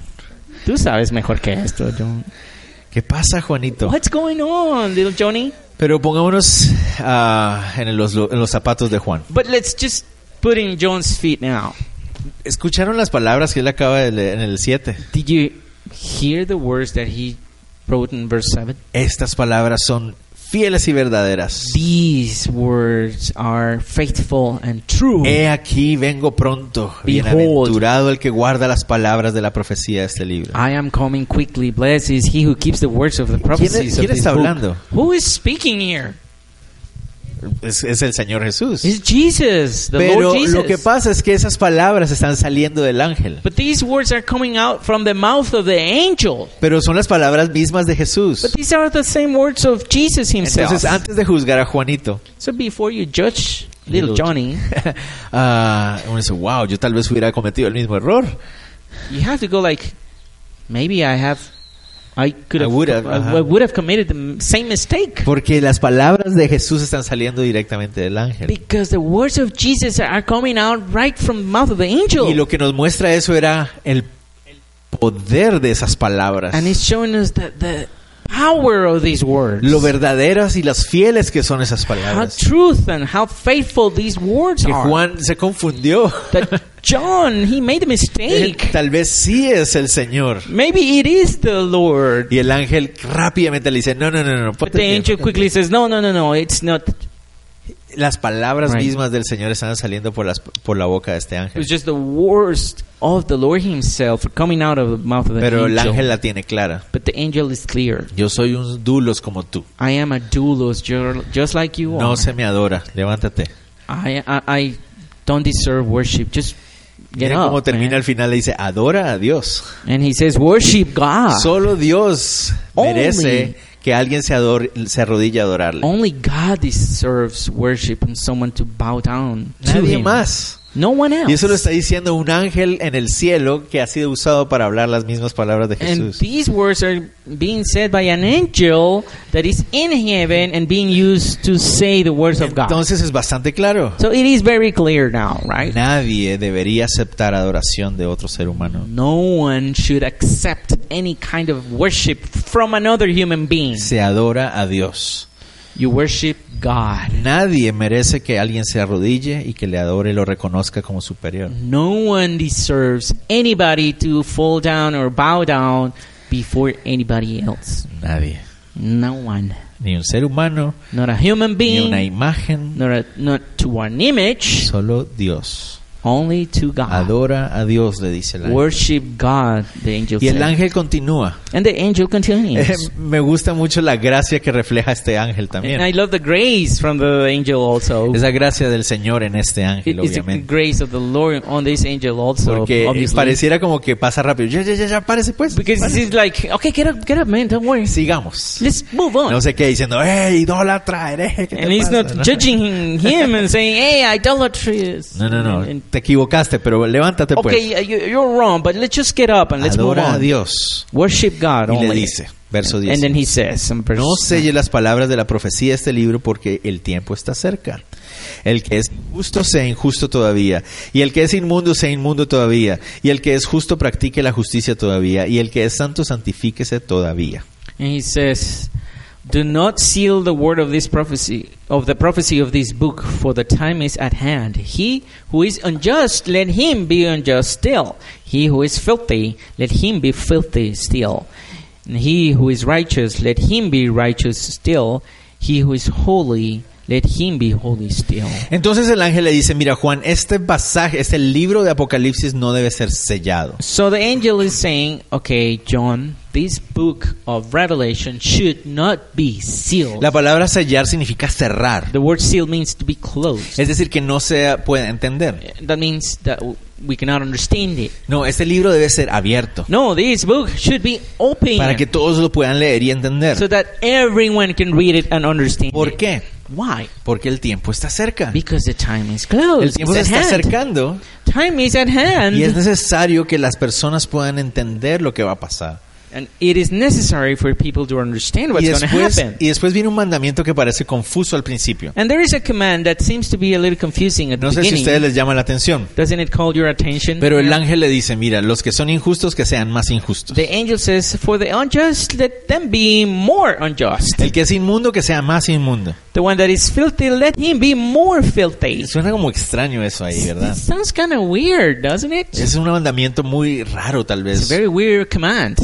Speaker 2: Tú sabes mejor que esto, John.
Speaker 1: ¿Qué pasa, Juanito?
Speaker 2: What's going on, little Johnny?
Speaker 1: Pero pongámonos ah, en, los, en los zapatos de Juan.
Speaker 2: But let's just put in John's feet now.
Speaker 1: Escucharon las palabras que él acaba de leer en el 7.
Speaker 2: Did you hear the words that he wrote in verse 7?
Speaker 1: Estas palabras son fieles y verdaderas.
Speaker 2: These words are faithful and true.
Speaker 1: He aquí vengo pronto. Bienaventurado el que guarda las palabras de la profecía de este libro.
Speaker 2: I am coming quickly. Blessed is he who keeps the words of the prophecies
Speaker 1: quién
Speaker 2: of this
Speaker 1: está
Speaker 2: book.
Speaker 1: hablando?
Speaker 2: Who is speaking here?
Speaker 1: Es, es el Señor Jesús.
Speaker 2: It's Jesus, the
Speaker 1: Pero
Speaker 2: Lord Jesus.
Speaker 1: lo que pasa es que esas palabras están saliendo del ángel.
Speaker 2: But these words are coming out from the mouth of the angel.
Speaker 1: Pero son las palabras mismas de Jesús.
Speaker 2: But these are the same words of Jesus himself.
Speaker 1: Entonces, antes de juzgar a Juanito, [LAUGHS]
Speaker 2: so before you judge little
Speaker 1: Little
Speaker 2: Johnny,
Speaker 1: ah, uno dice, wow, yo tal vez hubiera cometido el mismo error.
Speaker 2: you have to go like, maybe I have I could
Speaker 1: I
Speaker 2: have,
Speaker 1: would have, uh-huh.
Speaker 2: I,
Speaker 1: ajá.
Speaker 2: would have committed the m- same mistake
Speaker 1: Porque las palabras de Jesús están saliendo directamente del ángel.
Speaker 2: because the words of Jesus are coming out right from the mouth of the
Speaker 1: Y
Speaker 2: angel,
Speaker 1: lo que nos muestra eso era el poder de esas palabras.
Speaker 2: and it's showing us the, the power of these words,
Speaker 1: Lo verdaderas y las fieles que son esas
Speaker 2: how
Speaker 1: palabras.
Speaker 2: truth and how faithful these words
Speaker 1: Que
Speaker 2: are.
Speaker 1: Juan se confundió.
Speaker 2: that John he made
Speaker 1: [LAUGHS]
Speaker 2: a
Speaker 1: Él
Speaker 2: mistake.
Speaker 1: tal vez sí es el Señor.
Speaker 2: Maybe it is the Lord.
Speaker 1: Y el ángel rápidamente le dice, no, no, no, no.
Speaker 2: But
Speaker 1: ponte
Speaker 2: the
Speaker 1: bien,
Speaker 2: angel
Speaker 1: ponte
Speaker 2: quickly says, "No, no, no, no. It's not.
Speaker 1: bien". Las palabras
Speaker 2: Right.
Speaker 1: mismas del Señor están saliendo por, las, por la boca de este
Speaker 2: It was
Speaker 1: ángel.
Speaker 2: just the worst of the Lord Himself coming out of the mouth of the
Speaker 1: Pero el
Speaker 2: angel."
Speaker 1: ángel la tiene clara.
Speaker 2: But the angel is clear.
Speaker 1: Yo soy un dulos como tú.
Speaker 2: I am a doulos, ju- just like you
Speaker 1: No
Speaker 2: are.
Speaker 1: se me adora. Levántate.
Speaker 2: I, I I don't deserve worship. Just get
Speaker 1: Mira cómo
Speaker 2: up.
Speaker 1: termina
Speaker 2: man.
Speaker 1: al final. Le dice, adora a Dios.
Speaker 2: And he says, "Worship God.
Speaker 1: Solo Dios
Speaker 2: Only-
Speaker 1: merece que alguien se, adore- se arrodille a adorarle.
Speaker 2: Only God deserves worship and someone to bow down to
Speaker 1: Nadie
Speaker 2: Him.
Speaker 1: más.
Speaker 2: No one else."
Speaker 1: Y eso lo está diciendo un ángel en el cielo que ha sido usado para hablar las mismas palabras de
Speaker 2: And
Speaker 1: Jesús.
Speaker 2: these words are being said by an angel that is in heaven and being used to say the words of God.
Speaker 1: Entonces es bastante claro.
Speaker 2: So it is very clear now, right?
Speaker 1: Nadie debería aceptar adoración de otro ser humano.
Speaker 2: No one should accept any kind of worship from another human being.
Speaker 1: Se adora a Dios.
Speaker 2: You worship God.
Speaker 1: Nadie merece que alguien se arrodille y que le adore y lo reconozca como superior.
Speaker 2: No one deserves anybody to fall down or bow down before anybody else.
Speaker 1: Nadie.
Speaker 2: No one.
Speaker 1: Ni un ser humano,
Speaker 2: Not a human
Speaker 1: ni una
Speaker 2: being,
Speaker 1: imagen,
Speaker 2: not, a, not to one image,
Speaker 1: solo Dios.
Speaker 2: only to God.
Speaker 1: Adora a Dios, le dice el ángel.
Speaker 2: Worship God, the angel
Speaker 1: Y el
Speaker 2: said.
Speaker 1: ángel continúa.
Speaker 2: And the angel
Speaker 1: Eh,
Speaker 2: continues.
Speaker 1: [LAUGHS] Me gusta mucho la gracia que refleja este ángel
Speaker 2: and
Speaker 1: también.
Speaker 2: I love the grace from the angel also.
Speaker 1: Es la gracia del Señor en este
Speaker 2: It-
Speaker 1: ángel,
Speaker 2: it's the
Speaker 1: obviamente.
Speaker 2: grace of the Lord on this angel also,
Speaker 1: Porque
Speaker 2: obviously.
Speaker 1: pareciera como que pasa rápido. Ya, ya, ya, ya, párese pues.
Speaker 2: Because
Speaker 1: párese.
Speaker 2: this is like, okay, get up, get up, man, don't worry.
Speaker 1: Sigamos.
Speaker 2: Let's move on.
Speaker 1: No sé qué, diciendo, ¡eh, idólatra, hereje! ¿qué te
Speaker 2: and he's
Speaker 1: pasa?",
Speaker 2: not
Speaker 1: ¿no?
Speaker 2: judging him and saying, hey, idolatry is...
Speaker 1: No, no, no.
Speaker 2: and- and-
Speaker 1: Te equivocaste, pero levántate pues.
Speaker 2: okay, uh, you, you're wrong, but let's just get up and let's move
Speaker 1: Adora a
Speaker 2: on.
Speaker 1: Dios.
Speaker 2: Worship God
Speaker 1: Y le
Speaker 2: only.
Speaker 1: dice, verso
Speaker 2: and then
Speaker 1: 10.
Speaker 2: he says, in verse
Speaker 1: No selle las palabras de la profecía de este libro porque el tiempo está cerca. El que es justo sea injusto todavía. Y el que es inmundo sea inmundo todavía. Y el que es justo practique la justicia todavía. Y el que es santo santifíquese todavía.
Speaker 2: And he says, "Do not seal the word of this prophecy, of the prophecy of this book, for the time is at hand. He who is unjust, let him be unjust still. He who is filthy, let him be filthy still. And he who is righteous, let him be righteous still. He who is holy, let him be holy still."
Speaker 1: Entonces el ángel le dice, mira Juan, este pasaje, este libro de Apocalipsis no debe ser sellado.
Speaker 2: So the angel is saying, "Okay, John, this book of Revelation should not be sealed."
Speaker 1: La palabra sellar significa cerrar.
Speaker 2: the word "seal" means to be closed.
Speaker 1: Es decir, que no se puede entender.
Speaker 2: that means that w- we cannot understand it.
Speaker 1: No, este libro debe ser abierto
Speaker 2: No, this book should be open
Speaker 1: para que todos lo puedan leer y entender.
Speaker 2: so that everyone can read it and understand
Speaker 1: ¿Por
Speaker 2: it.
Speaker 1: qué?
Speaker 2: Why?
Speaker 1: Porque el tiempo está cerca.
Speaker 2: Because the time is
Speaker 1: El
Speaker 2: close.
Speaker 1: tiempo se
Speaker 2: It's
Speaker 1: está
Speaker 2: at hand.
Speaker 1: acercando
Speaker 2: Time is at hand.
Speaker 1: y es necesario que las personas puedan entender lo que va a pasar.
Speaker 2: And it is necessary for people to understand what's
Speaker 1: Y
Speaker 2: going to
Speaker 1: después,
Speaker 2: happen.
Speaker 1: y después viene un mandamiento que parece confuso al principio.
Speaker 2: And there is a command that seems to be a little confusing at
Speaker 1: No sé
Speaker 2: the
Speaker 1: si a
Speaker 2: beginning.
Speaker 1: ustedes les llama la atención,
Speaker 2: Doesn't it call your attention?
Speaker 1: pero el ángel le dice, mira, los que son injustos que sean más injustos.
Speaker 2: the angel says, For the unjust, let them be more unjust.
Speaker 1: El que es inmundo que sea más inmundo.
Speaker 2: The one that is filthy, let him be more filthy.
Speaker 1: Suena como extraño eso ahí, ¿verdad?
Speaker 2: It sounds kind of weird, doesn't it?
Speaker 1: Es un mandamiento muy raro tal
Speaker 2: It's a
Speaker 1: vez.
Speaker 2: very weird command.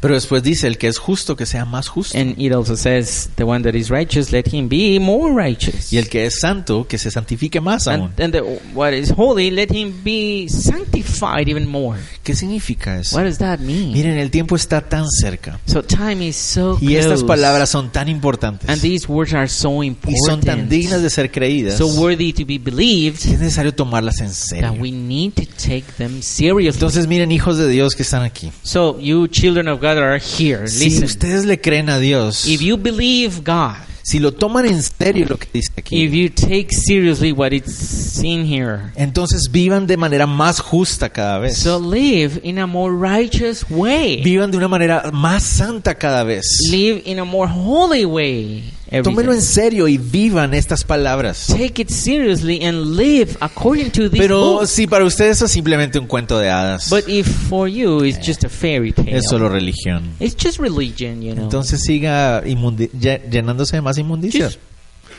Speaker 1: Pero después dice, el que es justo que sea más justo.
Speaker 2: And it also says, the one that is righteous, let him be more righteous.
Speaker 1: Y el que es santo que se santifique más aún.
Speaker 2: and and the, what is holy, let him be sanctified even more.
Speaker 1: ¿Qué significa eso?
Speaker 2: What does that mean?
Speaker 1: Miren, el tiempo está tan cerca.
Speaker 2: so time is so
Speaker 1: Y estas
Speaker 2: close.
Speaker 1: palabras son tan
Speaker 2: and
Speaker 1: importantes.
Speaker 2: these words are so
Speaker 1: Y son tan
Speaker 2: important.
Speaker 1: dignas de ser creídas.
Speaker 2: so
Speaker 1: Que
Speaker 2: worthy to be believed
Speaker 1: es necesario tomarlas en
Speaker 2: that
Speaker 1: serio.
Speaker 2: we need to take them seriously.
Speaker 1: Entonces miren, hijos de Dios que están aquí.
Speaker 2: So you children of God are here.
Speaker 1: Si
Speaker 2: Listen.
Speaker 1: ustedes le creen a Dios,
Speaker 2: If you believe God,
Speaker 1: Si lo toman en serio lo que dice
Speaker 2: If
Speaker 1: aquí,
Speaker 2: you take seriously what it's in here,
Speaker 1: entonces vivan de manera más justa cada vez.
Speaker 2: so live in a more righteous way.
Speaker 1: vivan de una manera más santa cada vez.
Speaker 2: Live in a more holy way. every
Speaker 1: Tómenlo
Speaker 2: day.
Speaker 1: en serio y vivan estas palabras.
Speaker 2: Take it seriously and live according to this
Speaker 1: Pero
Speaker 2: book.
Speaker 1: si para ustedes eso es simplemente un cuento de hadas,
Speaker 2: But if for you it's just a fairy tale,
Speaker 1: es solo religión.
Speaker 2: it's just religion, you know.
Speaker 1: Entonces siga imundi- lle- llenándose de más inmundicias.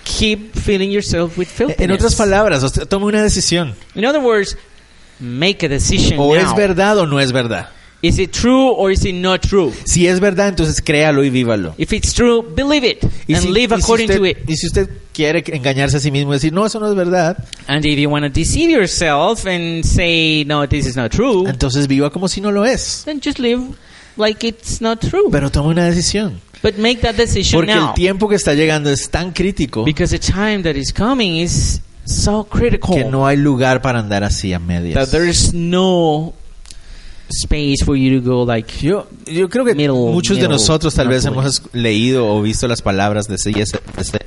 Speaker 2: Just keep filling yourself with
Speaker 1: En otras
Speaker 2: filthiness.
Speaker 1: palabras, usted tome una decisión.
Speaker 2: In other words, make a decision
Speaker 1: O es
Speaker 2: now.
Speaker 1: verdad o no es verdad.
Speaker 2: Is it true or is it not true?
Speaker 1: Si es verdad, entonces créalo y vívalo.
Speaker 2: If it's true, believe it
Speaker 1: Y
Speaker 2: and
Speaker 1: si,
Speaker 2: live
Speaker 1: y si
Speaker 2: according
Speaker 1: usted,
Speaker 2: to it.
Speaker 1: y si usted quiere engañarse a sí mismo y decir, no, eso no es verdad,
Speaker 2: And if you want to deceive yourself and say, no, this is not true,
Speaker 1: entonces viva como si no lo es.
Speaker 2: then just live like it's not true.
Speaker 1: Pero tome una decisión.
Speaker 2: But make that decision
Speaker 1: Porque
Speaker 2: now.
Speaker 1: el tiempo que está llegando es tan crítico
Speaker 2: Because the time that is coming is so critical
Speaker 1: que no hay lugar para andar así a medias.
Speaker 2: that there is no space for you to go like,
Speaker 1: Yo, yo creo que
Speaker 2: Middle-
Speaker 1: muchos de
Speaker 2: middle
Speaker 1: nosotros tal vez
Speaker 2: halfway.
Speaker 1: hemos es- leído o visto las palabras de C.S. de C-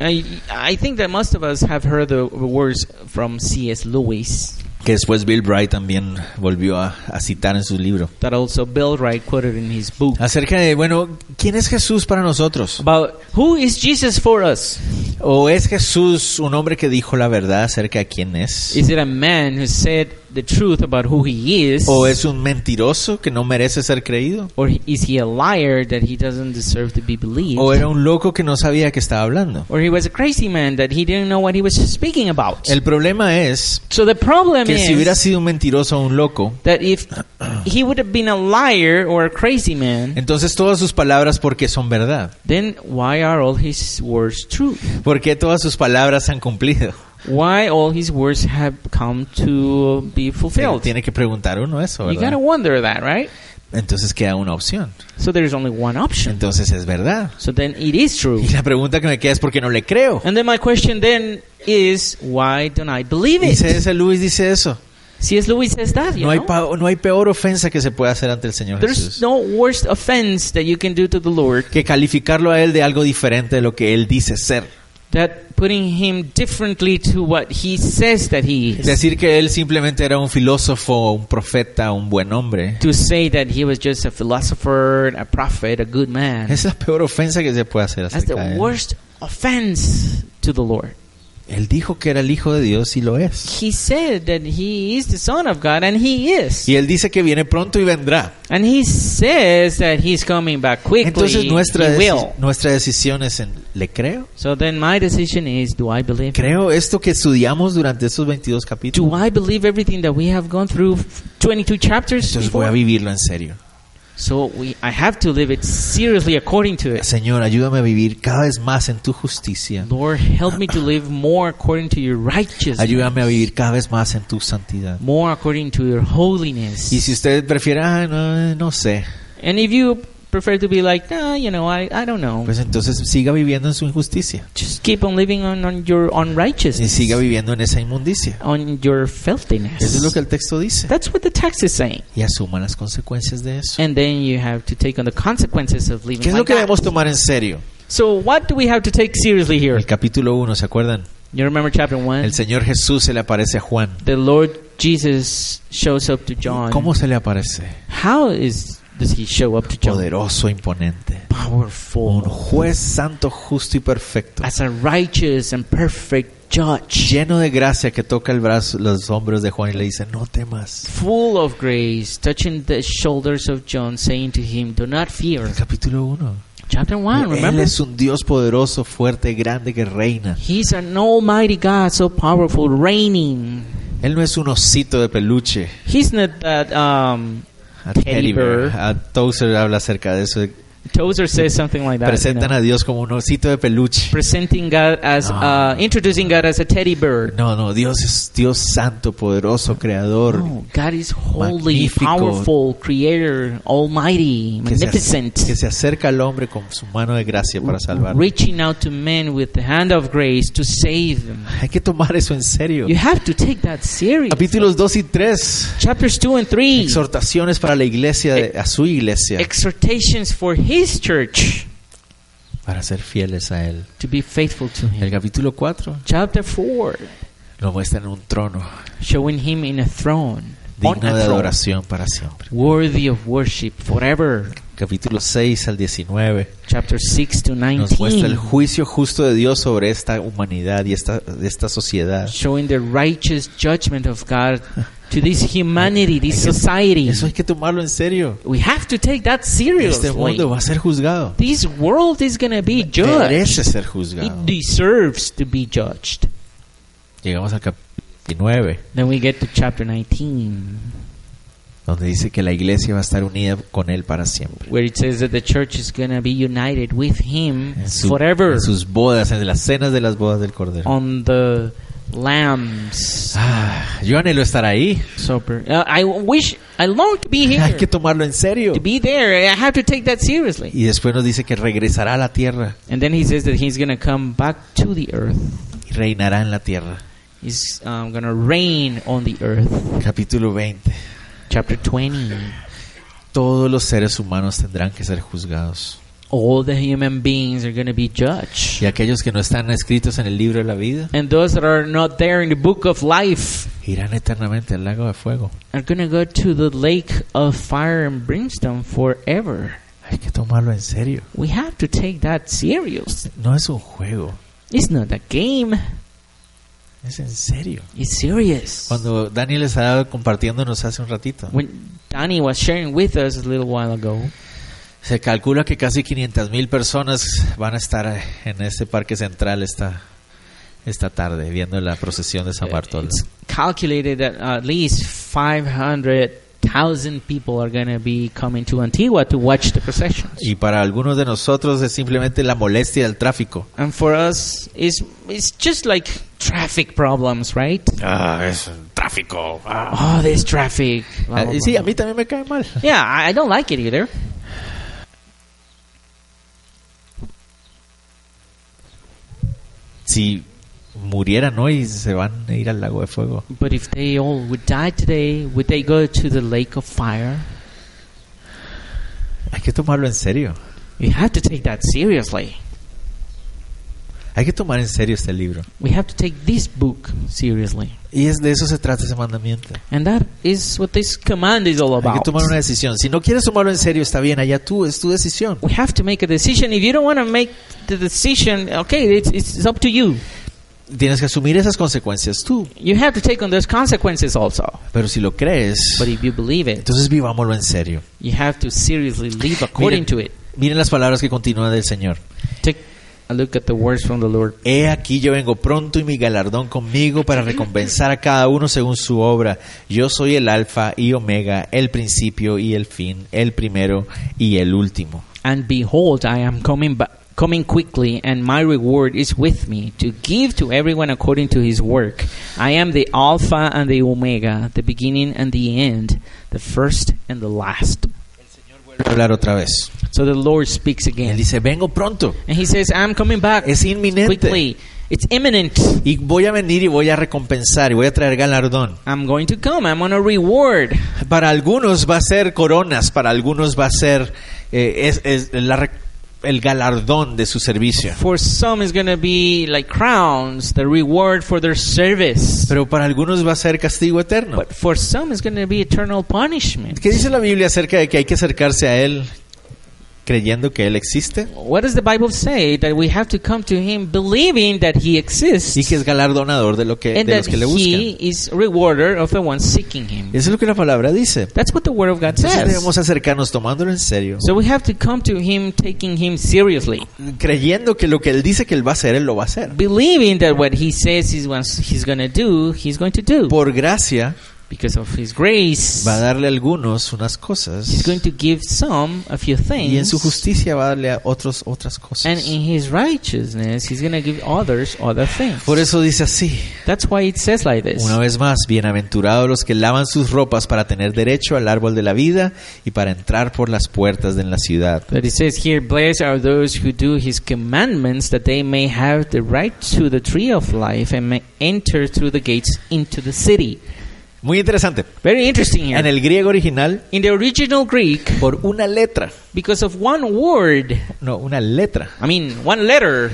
Speaker 2: I, I think that most of us have heard the words from C.S. Lewis
Speaker 1: que después Bill Bright también volvió a, a citar en su libro.
Speaker 2: that also Bill Wright quoted in his book
Speaker 1: Acerca de, bueno, ¿quién es Jesús para nosotros?
Speaker 2: about who is Jesus for us?
Speaker 1: ¿O es Jesús un hombre que dijo la verdad acerca de quién es?
Speaker 2: Is it a man who said the truth about who he is?
Speaker 1: ¿O es un mentiroso que no merece ser creído?
Speaker 2: or is he a liar that he doesn't deserve to be believed?
Speaker 1: ¿O era un loco que no sabía que estaba hablando?
Speaker 2: or he was a crazy man that he didn't know what he was speaking about?
Speaker 1: El problema es
Speaker 2: so the problem
Speaker 1: que si hubiera
Speaker 2: is
Speaker 1: sido un mentiroso o un loco,
Speaker 2: that if he would have been a liar or a crazy man,
Speaker 1: entonces todas sus palabras, ¿por qué son verdad?
Speaker 2: then why are all his words true?
Speaker 1: ¿Por qué todas sus palabras se han cumplido?
Speaker 2: Why all his words have come to be
Speaker 1: Pero
Speaker 2: fulfilled?
Speaker 1: tiene que preguntar uno eso,
Speaker 2: You gotta
Speaker 1: ¿verdad?
Speaker 2: wonder that, right?
Speaker 1: Entonces queda una opción.
Speaker 2: So there's only one option.
Speaker 1: Entonces es verdad.
Speaker 2: So then it is true.
Speaker 1: Y la pregunta que me queda es ¿por qué no le creo?
Speaker 2: And then my question then is, why don't I believe
Speaker 1: Y
Speaker 2: it?
Speaker 1: C.S. Lewis dice eso.
Speaker 2: C.S. Lewis says that, you
Speaker 1: No hay,
Speaker 2: know?
Speaker 1: pa- no hay peor ofensa que se pueda hacer ante el Señor
Speaker 2: There's
Speaker 1: Jesús
Speaker 2: no worst offense that you can do to the Lord
Speaker 1: que calificarlo a Él de algo diferente de lo que Él dice ser.
Speaker 2: that putting him differently to what he says that he is.
Speaker 1: Decir que Él simplemente era un filósofo, un profeta, un buen hombre.
Speaker 2: To say that he was just a philosopher, a prophet, a good man.
Speaker 1: Es la peor ofensa que se puede hacer
Speaker 2: That's
Speaker 1: acerca de
Speaker 2: the
Speaker 1: Él.
Speaker 2: worst offense to the Lord.
Speaker 1: Él dijo que era el Hijo de Dios y lo es.
Speaker 2: He said that he is the Son of God, and he is.
Speaker 1: Y Él dice que viene pronto y vendrá.
Speaker 2: And he says that he's coming back quickly.
Speaker 1: Entonces nuestra,
Speaker 2: he
Speaker 1: deci-
Speaker 2: will.
Speaker 1: nuestra decisión es en, ¿le creo?
Speaker 2: So then my decision is do I believe?
Speaker 1: ¿Creo esto que estudiamos durante estos 22 capítulos?
Speaker 2: Do I believe everything that we have gone through 22 chapters?
Speaker 1: Entonces voy a
Speaker 2: before?
Speaker 1: vivirlo en serio.
Speaker 2: So we I have to live it seriously according to it.
Speaker 1: Señor, ayúdame a vivir cada vez más en tu justicia.
Speaker 2: Lord, help me to live more according to your righteousness.
Speaker 1: Ayúdame a vivir cada vez más en tu santidad.
Speaker 2: More according to your holiness.
Speaker 1: Y si usted prefiere, ah, no, no sé,
Speaker 2: And if you prefer to be like, nah, you know, I, I don't know.
Speaker 1: pues entonces siga viviendo en su injusticia.
Speaker 2: Just keep on living on, on your
Speaker 1: Y
Speaker 2: unrighteousness.
Speaker 1: siga viviendo en esa inmundicia.
Speaker 2: on your
Speaker 1: Eso es lo
Speaker 2: filthiness.
Speaker 1: que el texto dice.
Speaker 2: That's what the text is saying.
Speaker 1: Y asuma las consecuencias de eso.
Speaker 2: And then you have to take on the consequences of
Speaker 1: ¿Qué
Speaker 2: living
Speaker 1: es lo
Speaker 2: like
Speaker 1: que
Speaker 2: that.
Speaker 1: debemos tomar en serio?
Speaker 2: So what do we have to take seriously here?
Speaker 1: El capítulo 1, ¿se acuerdan?
Speaker 2: You remember chapter 1?
Speaker 1: El Señor Jesús se le aparece a Juan.
Speaker 2: The Lord Jesus shows up to John.
Speaker 1: ¿Cómo se le aparece?
Speaker 2: How is does he show up to John?
Speaker 1: Poderoso, imponente. Un
Speaker 2: Powerful.
Speaker 1: juez santo, justo y perfecto.
Speaker 2: As a righteous and perfect judge.
Speaker 1: Lleno de gracia que toca el brazo, los hombros de Juan y le dice, no temas.
Speaker 2: Full of grace, touching the shoulders of John, saying to him, Do not fear.
Speaker 1: El capítulo 1.
Speaker 2: Chapter 1,
Speaker 1: Él
Speaker 2: remember?
Speaker 1: es un Dios poderoso, fuerte, grande, que reina.
Speaker 2: He's an almighty God, so powerful, reigning.
Speaker 1: Él no es un osito de peluche.
Speaker 2: He's not that. Um,
Speaker 1: A
Speaker 2: Teddy
Speaker 1: teddy bear.
Speaker 2: bear.
Speaker 1: A Tozer habla acerca de eso.
Speaker 2: Tozer says something like that. you know.
Speaker 1: Presentan a Dios como un osito de peluche.
Speaker 2: Presenting God as.
Speaker 1: Ah.
Speaker 2: Uh, introducing God as a teddy bear.
Speaker 1: No, no, Dios es Dios santo, poderoso, creador.
Speaker 2: No, Oh, God is holy,
Speaker 1: Magnífico.
Speaker 2: powerful, creator, almighty,
Speaker 1: que, se, ac-
Speaker 2: magnificent,
Speaker 1: que se acerca al hombre con su mano de gracia para salvarlo.
Speaker 2: reaching out to men with the hand of grace to save them.
Speaker 1: Hay que tomar eso en serio.
Speaker 2: You have to take that serious.
Speaker 1: Capítulos 2 y 3.
Speaker 2: Chapters 2 and 3
Speaker 1: Exhortaciones para la iglesia, de- a su iglesia.
Speaker 2: exhortations for his church.
Speaker 1: para ser fieles a Él.
Speaker 2: to be faithful to
Speaker 1: El
Speaker 2: him.
Speaker 1: capítulo 4
Speaker 2: Chapter 4
Speaker 1: lo muestra en un trono
Speaker 2: showing him in a throne, on
Speaker 1: digno
Speaker 2: a
Speaker 1: de
Speaker 2: throne,
Speaker 1: adoración para siempre.
Speaker 2: worthy of worship forever.
Speaker 1: Capítulo 6 al 19
Speaker 2: Chapter 6 to
Speaker 1: nos muestra el
Speaker 2: 19
Speaker 1: juicio justo de Dios sobre esta humanidad y esta, de esta sociedad.
Speaker 2: showing the righteous judgment of God to this humanity, this society.
Speaker 1: Eso hay que tomarlo en serio.
Speaker 2: We have to take that
Speaker 1: Este mundo
Speaker 2: seriously.
Speaker 1: va a ser juzgado.
Speaker 2: This world is going to be judged.
Speaker 1: Merece ser
Speaker 2: It
Speaker 1: juzgado.
Speaker 2: deserves to be judged.
Speaker 1: Llegamos al capítulo 19,
Speaker 2: Then we get to chapter 19,
Speaker 1: donde dice que la iglesia va a estar unida con Él para siempre.
Speaker 2: where it says that the church is going to be united with him
Speaker 1: En, su-
Speaker 2: forever Oh.
Speaker 1: en sus bodas, en las cenas de las bodas del Cordero.
Speaker 2: on the Lamb's
Speaker 1: Ah, yo anhelo estar ahí.
Speaker 2: Supper. Uh, I wish, I long to be
Speaker 1: [LAUGHS] Hay
Speaker 2: here,
Speaker 1: que tomarlo en serio.
Speaker 2: to be there. I have to take that seriously.
Speaker 1: Y después nos dice que regresará a la tierra
Speaker 2: And then he says that he's going to come back to the earth.
Speaker 1: y reinará en la tierra.
Speaker 2: He's um, going to reign on the earth.
Speaker 1: Capítulo 20.
Speaker 2: Chapter 20.
Speaker 1: Todos los seres humanos tendrán que ser juzgados.
Speaker 2: All the human beings are going to be judged.
Speaker 1: Y aquellos que no están escritos en el libro de la vida
Speaker 2: And those that are not there in the book of life
Speaker 1: irán eternamente al lago de fuego.
Speaker 2: are going to go to the lake of fire and brimstone forever.
Speaker 1: Hay que tomarlo en serio.
Speaker 2: We have to take that serious.
Speaker 1: No es un juego,
Speaker 2: It's not a game.
Speaker 1: es en serio.
Speaker 2: It's serious.
Speaker 1: Cuando Daniel estaba compartiéndonos hace un ratito,
Speaker 2: When Danny was sharing with us a little while ago,
Speaker 1: se calcula que casi 500.000 personas van a estar en este parque central esta, esta tarde viendo la procesión de San Bartolo.
Speaker 2: it's calculated that at least 500,000 people are going to be coming to Antigua to watch the processions.
Speaker 1: Y para algunos de nosotros es simplemente la molestia del tráfico.
Speaker 2: And for us, it's, it's just like traffic problems, right?
Speaker 1: Ah, es tráfico.
Speaker 2: Oh, this traffic. Blah, blah,
Speaker 1: Ah, y sí,
Speaker 2: blah.
Speaker 1: a mí también me cae mal.
Speaker 2: Yeah, I I don't like it either.
Speaker 1: Si murieran hoy, se van a ir al lago de fuego.
Speaker 2: But if they all would die today, would they go to the lake of fire?
Speaker 1: Hay que tomarlo en serio.
Speaker 2: We have to take that seriously.
Speaker 1: Hay que tomar en serio este libro.
Speaker 2: We have to take this book seriously.
Speaker 1: Y es de eso se trata ese mandamiento.
Speaker 2: And that is what this command is all
Speaker 1: Hay que
Speaker 2: about.
Speaker 1: tomar una decisión. Si no quieres tomarlo en serio, está bien, allá tú, es tu decisión.
Speaker 2: We have to make a decision. If you don't want to make the decision, okay, it's, it's, it's up to you.
Speaker 1: Tienes que asumir esas consecuencias tú.
Speaker 2: You have to take on those consequences also.
Speaker 1: Pero si lo crees,
Speaker 2: But if you believe it,
Speaker 1: entonces vivámoslo en serio.
Speaker 2: you have to seriously live according to it.
Speaker 1: Miren las palabras que continúan del Señor.
Speaker 2: Take a look at the words from the Lord.
Speaker 1: He aquí yo vengo pronto y mi galardón conmigo para recompensar a cada uno según su obra. Yo soy el alfa y omega, el principio y el fin, el primero y el último.
Speaker 2: And behold, I am coming ba- Coming quickly, and my reward is with me to give to everyone according to his work. I am the Alpha and the Omega, the beginning and the end, the first and the last.
Speaker 1: Vuelvo a hablar otra vez.
Speaker 2: So the Lord speaks
Speaker 1: Él
Speaker 2: again.
Speaker 1: dice, vengo pronto,
Speaker 2: And he says, I'm coming back
Speaker 1: es inminente.
Speaker 2: quickly. It's imminent.
Speaker 1: Y voy a venir y voy a recompensar y voy a traer galardón.
Speaker 2: I'm going to come. I'm on a reward.
Speaker 1: Para algunos va a ser coronas, para algunos va a ser eh, es, es la re- el galardón de su servicio.
Speaker 2: For some, it's going to be like crowns, the reward for their service.
Speaker 1: Pero para algunos va a ser castigo eterno.
Speaker 2: But for some, it's going to be eternal punishment.
Speaker 1: ¿Qué dice la Biblia acerca de que hay que acercarse a Él creyendo que Él existe
Speaker 2: What does the Bible say? That we have to come to Him believing that He exists
Speaker 1: y que es galardonador de, lo que,
Speaker 2: and
Speaker 1: de
Speaker 2: that
Speaker 1: los que le
Speaker 2: He
Speaker 1: buscan?
Speaker 2: is rewarder of the ones seeking Him.
Speaker 1: Eso es lo que la palabra dice.
Speaker 2: That's what the Word of God
Speaker 1: Entonces
Speaker 2: says.
Speaker 1: debemos acercarnos tomándolo en serio,
Speaker 2: So we have to come to Him taking Him seriously,
Speaker 1: creyendo que lo que Él dice que Él va a hacer, Él lo va a hacer.
Speaker 2: believing that what He says He wants, He's going to do, He's going to do.
Speaker 1: Por gracia
Speaker 2: Because of His grace,
Speaker 1: va a darle a algunos unas
Speaker 2: He's
Speaker 1: cosas
Speaker 2: going to give some a few
Speaker 1: y en su
Speaker 2: things.
Speaker 1: justicia va a darle a otros otras
Speaker 2: And
Speaker 1: cosas.
Speaker 2: in His righteousness, He's going to give others other things.
Speaker 1: Por eso dice así,
Speaker 2: That's why it says like this.
Speaker 1: Una vez más, bienaventurados los que lavan sus ropas para tener derecho al árbol de la vida y para entrar por las puertas de la ciudad.
Speaker 2: But it says here, Blessed are those who do his commandments, that they may have the right to the tree of life and may enter through the gates into the city.
Speaker 1: Muy interesante.
Speaker 2: Very interesting
Speaker 1: En
Speaker 2: here.
Speaker 1: el griego original,
Speaker 2: In the original Greek,
Speaker 1: por una letra,
Speaker 2: because of one word,
Speaker 1: no, una letra,
Speaker 2: I mean, one letter,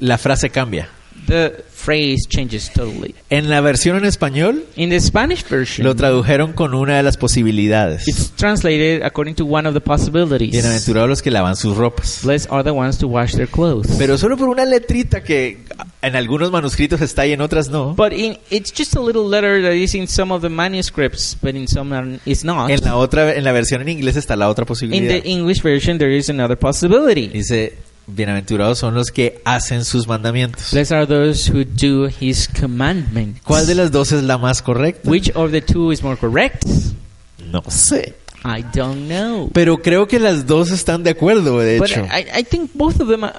Speaker 1: la frase cambia.
Speaker 2: the phrase changes totally.
Speaker 1: En la versión en español,
Speaker 2: In the Spanish
Speaker 1: lo
Speaker 2: version,
Speaker 1: tradujeron con una de las posibilidades.
Speaker 2: it's translated according to one of the possibilities.
Speaker 1: Bienaventurados los que lavan sus ropas.
Speaker 2: Blessed are the ones to wash their clothes.
Speaker 1: Pero solo por una letrita que en algunos manuscritos está y en otras no.
Speaker 2: But in, it's just a little letter that is in some of the manuscripts, but in some are- it's not.
Speaker 1: En la otra, en la versión en inglés está la otra
Speaker 2: In
Speaker 1: posibilidad.
Speaker 2: the English version, there is another possibility.
Speaker 1: Dice, bienaventurados son los que hacen sus mandamientos.
Speaker 2: Blessed are those who do His commandments.
Speaker 1: ¿Cuál de las dos es la más correcta?
Speaker 2: Which of the two is more correct?
Speaker 1: No sé.
Speaker 2: I don't know.
Speaker 1: Pero creo que las dos están de acuerdo, de
Speaker 2: But
Speaker 1: hecho.
Speaker 2: I, I think both of them uh,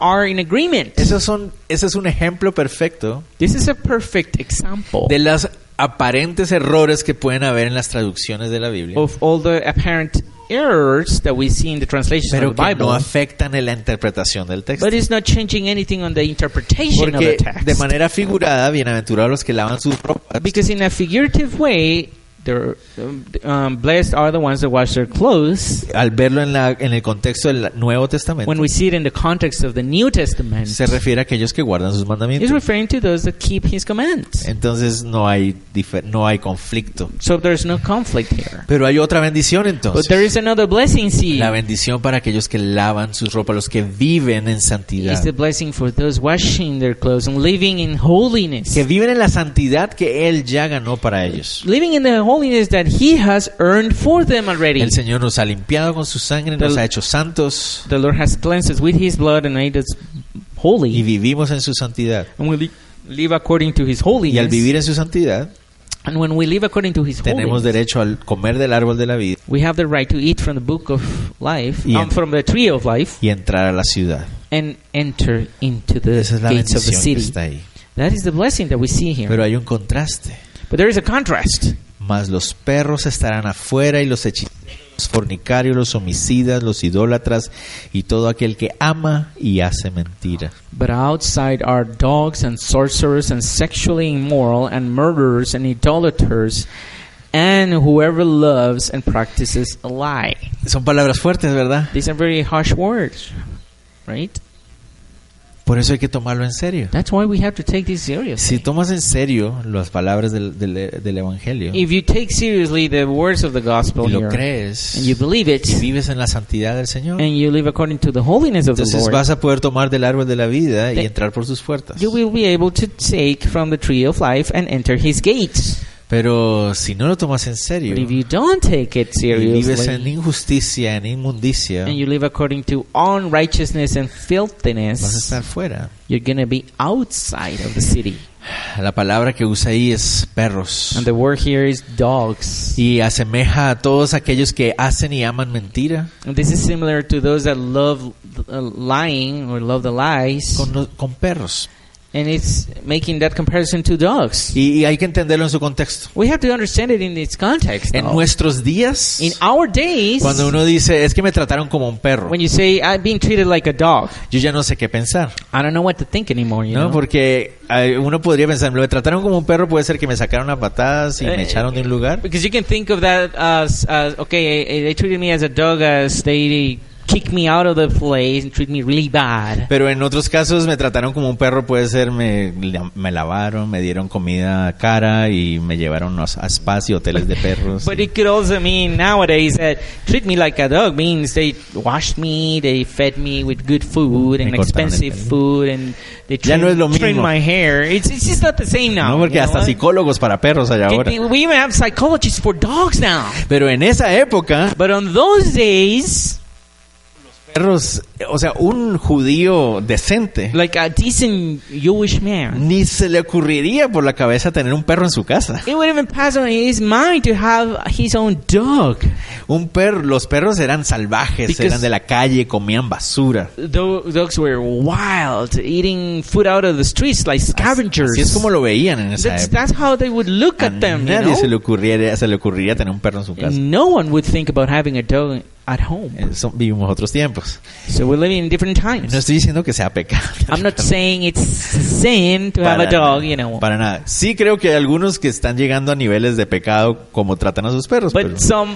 Speaker 2: are in agreement.
Speaker 1: Esos son, ese es un ejemplo perfecto
Speaker 2: This is a perfect example
Speaker 1: de los aparentes errores que pueden haber en las traducciones de la Biblia,
Speaker 2: of all the apparent errors that we see in the translation
Speaker 1: pero
Speaker 2: of the
Speaker 1: que no
Speaker 2: Bible.
Speaker 1: afectan en la interpretación del texto.
Speaker 2: But it's not changing anything on the interpretation of
Speaker 1: Porque
Speaker 2: the text.
Speaker 1: de manera figurada, bienaventurados los que lavan sus ropas.
Speaker 2: Because in a figurative way, they're, um, um, blessed are the ones that wash their clothes.
Speaker 1: Al verlo en, la, en el contexto del Nuevo Testamento,
Speaker 2: When we see it in the context of the New Testament,
Speaker 1: se refiere a aquellos que guardan sus
Speaker 2: it's
Speaker 1: mandamientos.
Speaker 2: referring to those that keep his commands.
Speaker 1: Entonces no hay, difer- no hay conflicto.
Speaker 2: So there's no conflict here.
Speaker 1: Pero hay otra bendición
Speaker 2: But there
Speaker 1: entonces.
Speaker 2: is another blessing, see.
Speaker 1: La bendición para aquellos que lavan sus ropas, los que viven en
Speaker 2: Is
Speaker 1: santidad.
Speaker 2: the blessing for those washing their clothes and living in holiness.
Speaker 1: Que viven en la santidad que Él ya ganó para ellos.
Speaker 2: Living in the holiness that he has earned for them already.
Speaker 1: El Señor nos ha limpiado con su sangre, nos ha hecho santos
Speaker 2: The Lord has cleansed us with his blood and made us
Speaker 1: y
Speaker 2: holy.
Speaker 1: vivimos en su santidad.
Speaker 2: And we li- live according to his
Speaker 1: Y al
Speaker 2: holiness.
Speaker 1: vivir en su santidad,
Speaker 2: And when we live according to His
Speaker 1: tenemos
Speaker 2: holiness,
Speaker 1: derecho al comer del árbol de la vida
Speaker 2: we have the right to eat from the book of life,
Speaker 1: Y
Speaker 2: um,
Speaker 1: en-
Speaker 2: from the tree of life,
Speaker 1: y entrar a la ciudad.
Speaker 2: and enter into the
Speaker 1: Esa es la
Speaker 2: gates of the
Speaker 1: bendición que
Speaker 2: city.
Speaker 1: está ahí.
Speaker 2: That is the blessing that we see here.
Speaker 1: Pero hay un contraste.
Speaker 2: but there is a contrast.
Speaker 1: Mas los perros estarán afuera y los hechiceros, los fornicarios, los homicidas, los idólatras y todo aquel que ama y hace mentira.
Speaker 2: But outside are dogs and sorcerers and sexually immoral and murderers and idolaters and whoever loves and practices a lie.
Speaker 1: Son palabras fuertes, ¿verdad?
Speaker 2: These are very harsh words, right?
Speaker 1: Por eso hay que tomarlo en serio.
Speaker 2: That's why we have to take this seriously.
Speaker 1: Si tomas en serio las palabras del, del- del Evangelio y
Speaker 2: If you take seriously the words of the gospel
Speaker 1: lo
Speaker 2: here,
Speaker 1: crees
Speaker 2: and you believe it,
Speaker 1: y vives en la santidad del Señor,
Speaker 2: and you live according to the holiness of the
Speaker 1: entonces
Speaker 2: Lord,
Speaker 1: vas a poder tomar del árbol de la vida y
Speaker 2: Te-
Speaker 1: entrar por sus puertas.
Speaker 2: you will be able to take from the tree of life and enter His gates.
Speaker 1: Pero si no lo tomas en
Speaker 2: But if
Speaker 1: serio
Speaker 2: you don't take it
Speaker 1: y vives en
Speaker 2: seriously,
Speaker 1: injusticia, en inmundicia,
Speaker 2: and you live according to unrighteousness and
Speaker 1: vas a
Speaker 2: filthiness,
Speaker 1: estar fuera.
Speaker 2: you're gonna be outside of the city.
Speaker 1: La palabra que usa ahí es perros.
Speaker 2: And the word here is dogs.
Speaker 1: Y asemeja a todos aquellos que hacen y aman mentira
Speaker 2: And this is similar to those that love uh, lying or love the lies,
Speaker 1: con, lo- con perros.
Speaker 2: and it's making that comparison to dogs.
Speaker 1: Y, y hay que entenderlo en su contexto.
Speaker 2: We have to understand it in its context.
Speaker 1: En
Speaker 2: though.
Speaker 1: nuestros días,
Speaker 2: In our days,
Speaker 1: cuando uno dice, es que me trataron como un perro,
Speaker 2: when you say I'm being treated like a dog,
Speaker 1: yo ya no sé qué pensar.
Speaker 2: I don't know what to think anymore. You
Speaker 1: ¿no?
Speaker 2: know,
Speaker 1: Porque eh, uno podría pensar, me trataron como un perro, puede ser que me sacaron a patadas y me
Speaker 2: Eh,
Speaker 1: echaron de un lugar.
Speaker 2: because you can think of that as, as okay, eh, they treated me as a dog, as they kicked me out of the place and treated me really bad.
Speaker 1: Pero en otros casos me trataron como un perro, puede ser me, me lavaron, me dieron comida cara y me llevaron a, a spas y hoteles de perros.
Speaker 2: But it could also mean nowadays that treat me like a dog means they washed me, they fed me with good food and
Speaker 1: Me cortaron el
Speaker 2: expensive
Speaker 1: pelo.
Speaker 2: food, and they
Speaker 1: Ya
Speaker 2: trimmed,
Speaker 1: no es lo
Speaker 2: trimmed
Speaker 1: mismo.
Speaker 2: my hair. It's, it's just not the same now.
Speaker 1: No, porque
Speaker 2: you know
Speaker 1: hasta
Speaker 2: what?
Speaker 1: psicólogos para perros hay ahora.
Speaker 2: We even have psychologists for dogs now.
Speaker 1: Pero en esa época,
Speaker 2: But on those days,
Speaker 1: perros, o sea, un judío decente
Speaker 2: like a decent Jewish man,
Speaker 1: ni se le ocurriría por la cabeza tener un perro en su casa.
Speaker 2: it would even pass on his mind to have his own dog.
Speaker 1: Un perro, los perros eran salvajes,
Speaker 2: Because-
Speaker 1: eran de la calle, comían basura.
Speaker 2: Tho- Dogs were wild, eating food out of the streets like scavengers.
Speaker 1: Así es como lo veían en esa
Speaker 2: that's,
Speaker 1: época.
Speaker 2: that's how they would look
Speaker 1: A
Speaker 2: at them. you
Speaker 1: nadie
Speaker 2: know? Mm.
Speaker 1: se le ocurriera, se le ocurriría tener un perro en su casa.
Speaker 2: And no one would think about having a dog at home.
Speaker 1: Eh, son- vivimos otros tiempos.
Speaker 2: So we're living in different
Speaker 1: No
Speaker 2: times.
Speaker 1: estoy diciendo que sea pecable.
Speaker 2: [LAUGHS] I'm not saying it's sin to have a dog, you know.
Speaker 1: para nada. Sí creo que hay algunos que están llegando a niveles de pecado como tratan a sus perros. pero,
Speaker 2: But some,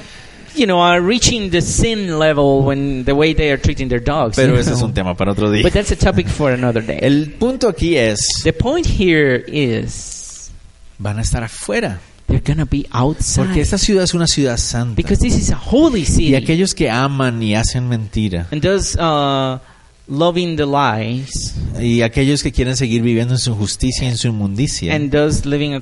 Speaker 2: you know, are reaching the sin level when the way they are treating their dogs.
Speaker 1: pero
Speaker 2: you
Speaker 1: ese es
Speaker 2: know.
Speaker 1: un tema para otro día.
Speaker 2: But that's a topic for another day.
Speaker 1: El punto aquí es,
Speaker 2: The point here is
Speaker 1: van a estar afuera.
Speaker 2: they're gonna be
Speaker 1: Porque
Speaker 2: outside
Speaker 1: esta ciudad es una ciudad santa.
Speaker 2: because this is a holy
Speaker 1: Y
Speaker 2: city.
Speaker 1: aquellos que aman y hacen mentira.
Speaker 2: And those uh, loving the lies
Speaker 1: Y aquellos que quieren seguir viviendo en su justicia y en su inmundicia.
Speaker 2: and those living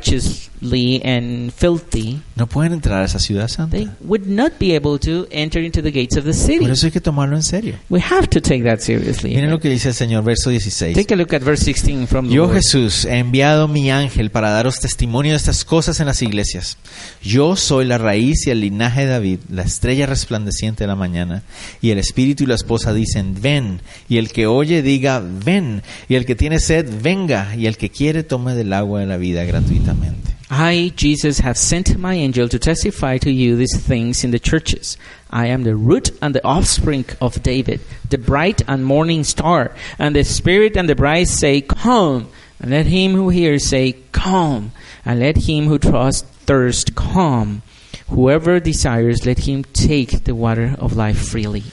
Speaker 2: unrighteously and filthy,
Speaker 1: no pueden entrar a esa ciudad santa.
Speaker 2: they would not be able to enter into the gates of the
Speaker 1: Por
Speaker 2: city.
Speaker 1: eso hay que tomarlo en serio.
Speaker 2: We have to take that seriously.
Speaker 1: Miren lo que dice el Señor, verso 16.
Speaker 2: Take a look at verse 16 from the
Speaker 1: Yo
Speaker 2: Lord.
Speaker 1: Jesús he enviado mi ángel para daros testimonio de estas cosas en las iglesias. Yo soy la raíz y el linaje de David, la estrella resplandeciente de la mañana. Y el espíritu y la esposa dicen, ven. Y el que oye diga, ven. Y el que tiene sed, venga. Y el que quiere, tome del agua de la vida gratuitamente.
Speaker 2: I, Jesus, have sent my angel to testify to you these things in the churches. I am the root and the offspring of David, the bright and morning star. And the Spirit and the bride say, Come. And let him who hears say, Come. And let him who trusts thirst come. Whoever desires, let him take the water of life freely.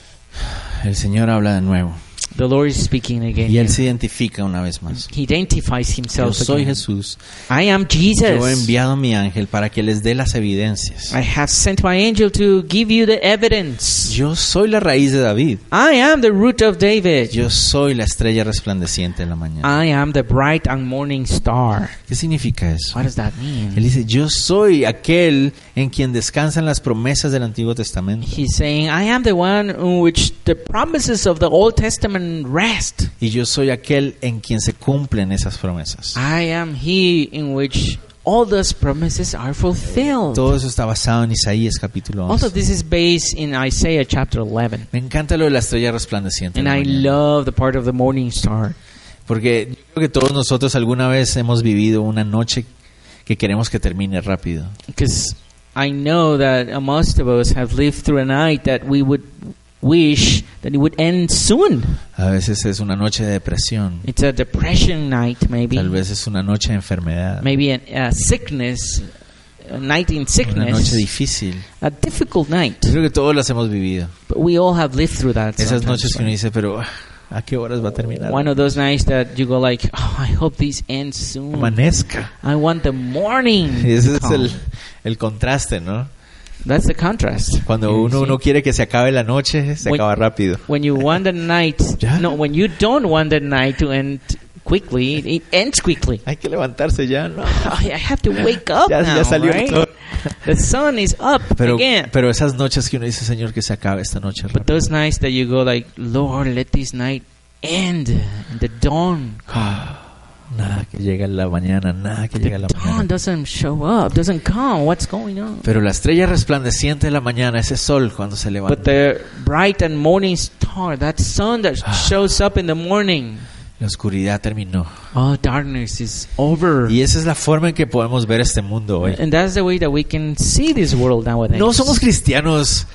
Speaker 1: El Señor habla de nuevo.
Speaker 2: The Lord is speaking again.
Speaker 1: Y Él
Speaker 2: here.
Speaker 1: se identifica una vez más.
Speaker 2: He identifies
Speaker 1: Yo
Speaker 2: himself
Speaker 1: soy
Speaker 2: again.
Speaker 1: Jesús.
Speaker 2: I am Jesus.
Speaker 1: Yo he enviado a mi ángel para que les dé las evidencias.
Speaker 2: I have sent my angel to give you the evidence.
Speaker 1: Yo soy la raíz de David.
Speaker 2: I am the root of David.
Speaker 1: Yo soy la estrella resplandeciente de la mañana.
Speaker 2: I am the bright and morning star.
Speaker 1: ¿Qué significa eso?
Speaker 2: What does that
Speaker 1: Él
Speaker 2: mean?
Speaker 1: dice, yo soy aquel en quien descansan las promesas del Antiguo Testamento.
Speaker 2: He's saying, I am the one on which the promises of the Old Testament rest.
Speaker 1: Y yo soy aquel en quien se cumplen esas promesas.
Speaker 2: I am he in which all those promises are fulfilled.
Speaker 1: Todo eso está basado en Isaías capítulo
Speaker 2: Also,
Speaker 1: 11.
Speaker 2: this is based in Isaiah chapter 11.
Speaker 1: Me encanta lo de la estrella resplandeciente. de
Speaker 2: And
Speaker 1: la
Speaker 2: I
Speaker 1: mañana.
Speaker 2: love the part of the morning star.
Speaker 1: Porque yo creo que todos nosotros alguna vez hemos vivido una noche que queremos que termine rápido.
Speaker 2: because I know that uh, most of us have lived through a night that we would wish that it would end soon.
Speaker 1: A veces es una noche de depresión.
Speaker 2: It's a depression night, maybe,
Speaker 1: Tal vez es una noche de enfermedad.
Speaker 2: maybe a, a sickness, a night in
Speaker 1: Una noche
Speaker 2: sickness,
Speaker 1: difícil.
Speaker 2: a difficult night.
Speaker 1: Yo creo que todos las hemos vivido.
Speaker 2: But we all have lived through that.
Speaker 1: Esas
Speaker 2: sometimes,
Speaker 1: noches que uno
Speaker 2: right?
Speaker 1: dice, pero ah, ¿a qué horas va a terminar?
Speaker 2: One of those nights that you go like, oh, I hope this ends soon.
Speaker 1: Amanezca.
Speaker 2: I want the morning.
Speaker 1: Y [LAUGHS] ese
Speaker 2: to
Speaker 1: es el,
Speaker 2: come."
Speaker 1: el contraste, ¿no?
Speaker 2: That's the contrast.
Speaker 1: Cuando
Speaker 2: You
Speaker 1: uno,
Speaker 2: see?
Speaker 1: uno quiere que se acabe la noche, se
Speaker 2: When-
Speaker 1: acaba rápido.
Speaker 2: when you want the night
Speaker 1: Yeah.
Speaker 2: no when you don't want the night to end quickly it ends quickly [LAUGHS]
Speaker 1: Hay que levantarse ya, ¿no?
Speaker 2: i have to wake up
Speaker 1: Ya,
Speaker 2: now,
Speaker 1: ya salió el
Speaker 2: Oh, right?
Speaker 1: sol.
Speaker 2: the sun is up
Speaker 1: Pero,
Speaker 2: again
Speaker 1: pero esas noches que uno dice, Señor, que se acabe esta noche.
Speaker 2: but
Speaker 1: rápido".
Speaker 2: those nights that you go like lord let this night end and the dawn
Speaker 1: Ah, Nada que llega en la mañana, nada que llega en la
Speaker 2: dawn
Speaker 1: mañana.
Speaker 2: doesn't show up doesn't come what's going on
Speaker 1: Pero la estrella resplandeciente de la mañana, ese sol cuando se levanta.
Speaker 2: but the bright and morning star that sun that
Speaker 1: Ah.
Speaker 2: shows up in the morning
Speaker 1: La oscuridad terminó.
Speaker 2: oh darkness is over
Speaker 1: Y esa es la forma en que podemos ver este mundo hoy.
Speaker 2: and that's the way that we can see this world nowadays
Speaker 1: No somos cristianos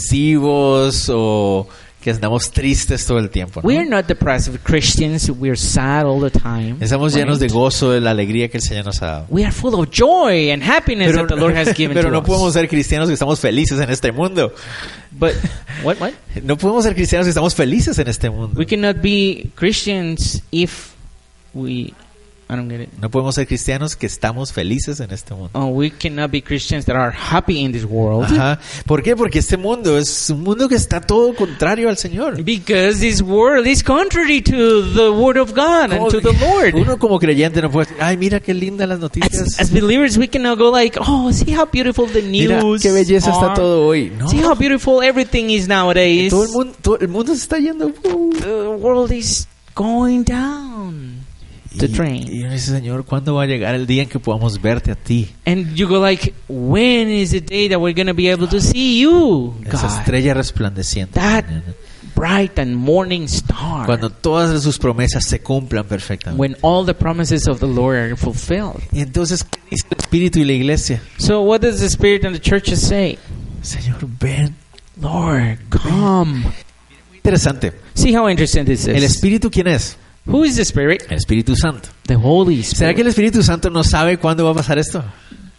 Speaker 1: depresivos o que andamos tristes todo el tiempo. ¿no?
Speaker 2: We are not depressive Christians. We are sad all the time.
Speaker 1: Estamos llenos de gozo, de la alegría que el Señor nos ha dado.
Speaker 2: We are full of joy and happiness
Speaker 1: Pero,
Speaker 2: that the Lord
Speaker 1: [LAUGHS]
Speaker 2: has given
Speaker 1: pero
Speaker 2: to
Speaker 1: no
Speaker 2: us.
Speaker 1: podemos ser cristianos que estamos felices en este mundo.
Speaker 2: But what? What?
Speaker 1: No podemos ser cristianos que estamos felices en este mundo.
Speaker 2: We cannot be Christians if we. I don't get it.
Speaker 1: No podemos ser cristianos que estamos felices en este mundo.
Speaker 2: Oh, we cannot be Christians that are happy in this
Speaker 1: [LAUGHS]
Speaker 2: world
Speaker 1: Ajá. ¿Por qué? Porque este mundo es un mundo que está todo contrario al Señor.
Speaker 2: because this world is contrary to the Word of God and to the Lord.
Speaker 1: Oh, Uno como creyente no puede decir, ay, mira qué lindas las noticias.
Speaker 2: As, as believers, we cannot go like, oh, see how beautiful the
Speaker 1: Mira,
Speaker 2: news.
Speaker 1: qué belleza
Speaker 2: are.
Speaker 1: está todo hoy. No,
Speaker 2: See how beautiful everything is nowadays.
Speaker 1: todo el mundo, todo el mundo se está yendo. uh.
Speaker 2: the world is going down the
Speaker 1: Y,
Speaker 2: drain.
Speaker 1: y uno dice, Señor, ¿cuándo va a llegar el día en que podamos verte a ti?
Speaker 2: And you go like, when is the day that we're gonna be able to see you,
Speaker 1: Esa
Speaker 2: God?
Speaker 1: estrella resplandeciente.
Speaker 2: That bright and morning star.
Speaker 1: Cuando todas sus promesas se cumplan perfectamente.
Speaker 2: When all the promises of the Lord are fulfilled.
Speaker 1: Y entonces, ¿qué dice el Espíritu y la iglesia?
Speaker 2: So what does the Spirit and the churches say?
Speaker 1: Señor, ven.
Speaker 2: Lord, come.
Speaker 1: Interesante.
Speaker 2: See how interesting this
Speaker 1: ¿El
Speaker 2: is.
Speaker 1: Espíritu quién es?
Speaker 2: Who is the Spirit?
Speaker 1: El Espíritu Santo.
Speaker 2: The Holy
Speaker 1: ¿Será que
Speaker 2: Spirit.
Speaker 1: el Espíritu Santo no sabe cuándo va a pasar esto?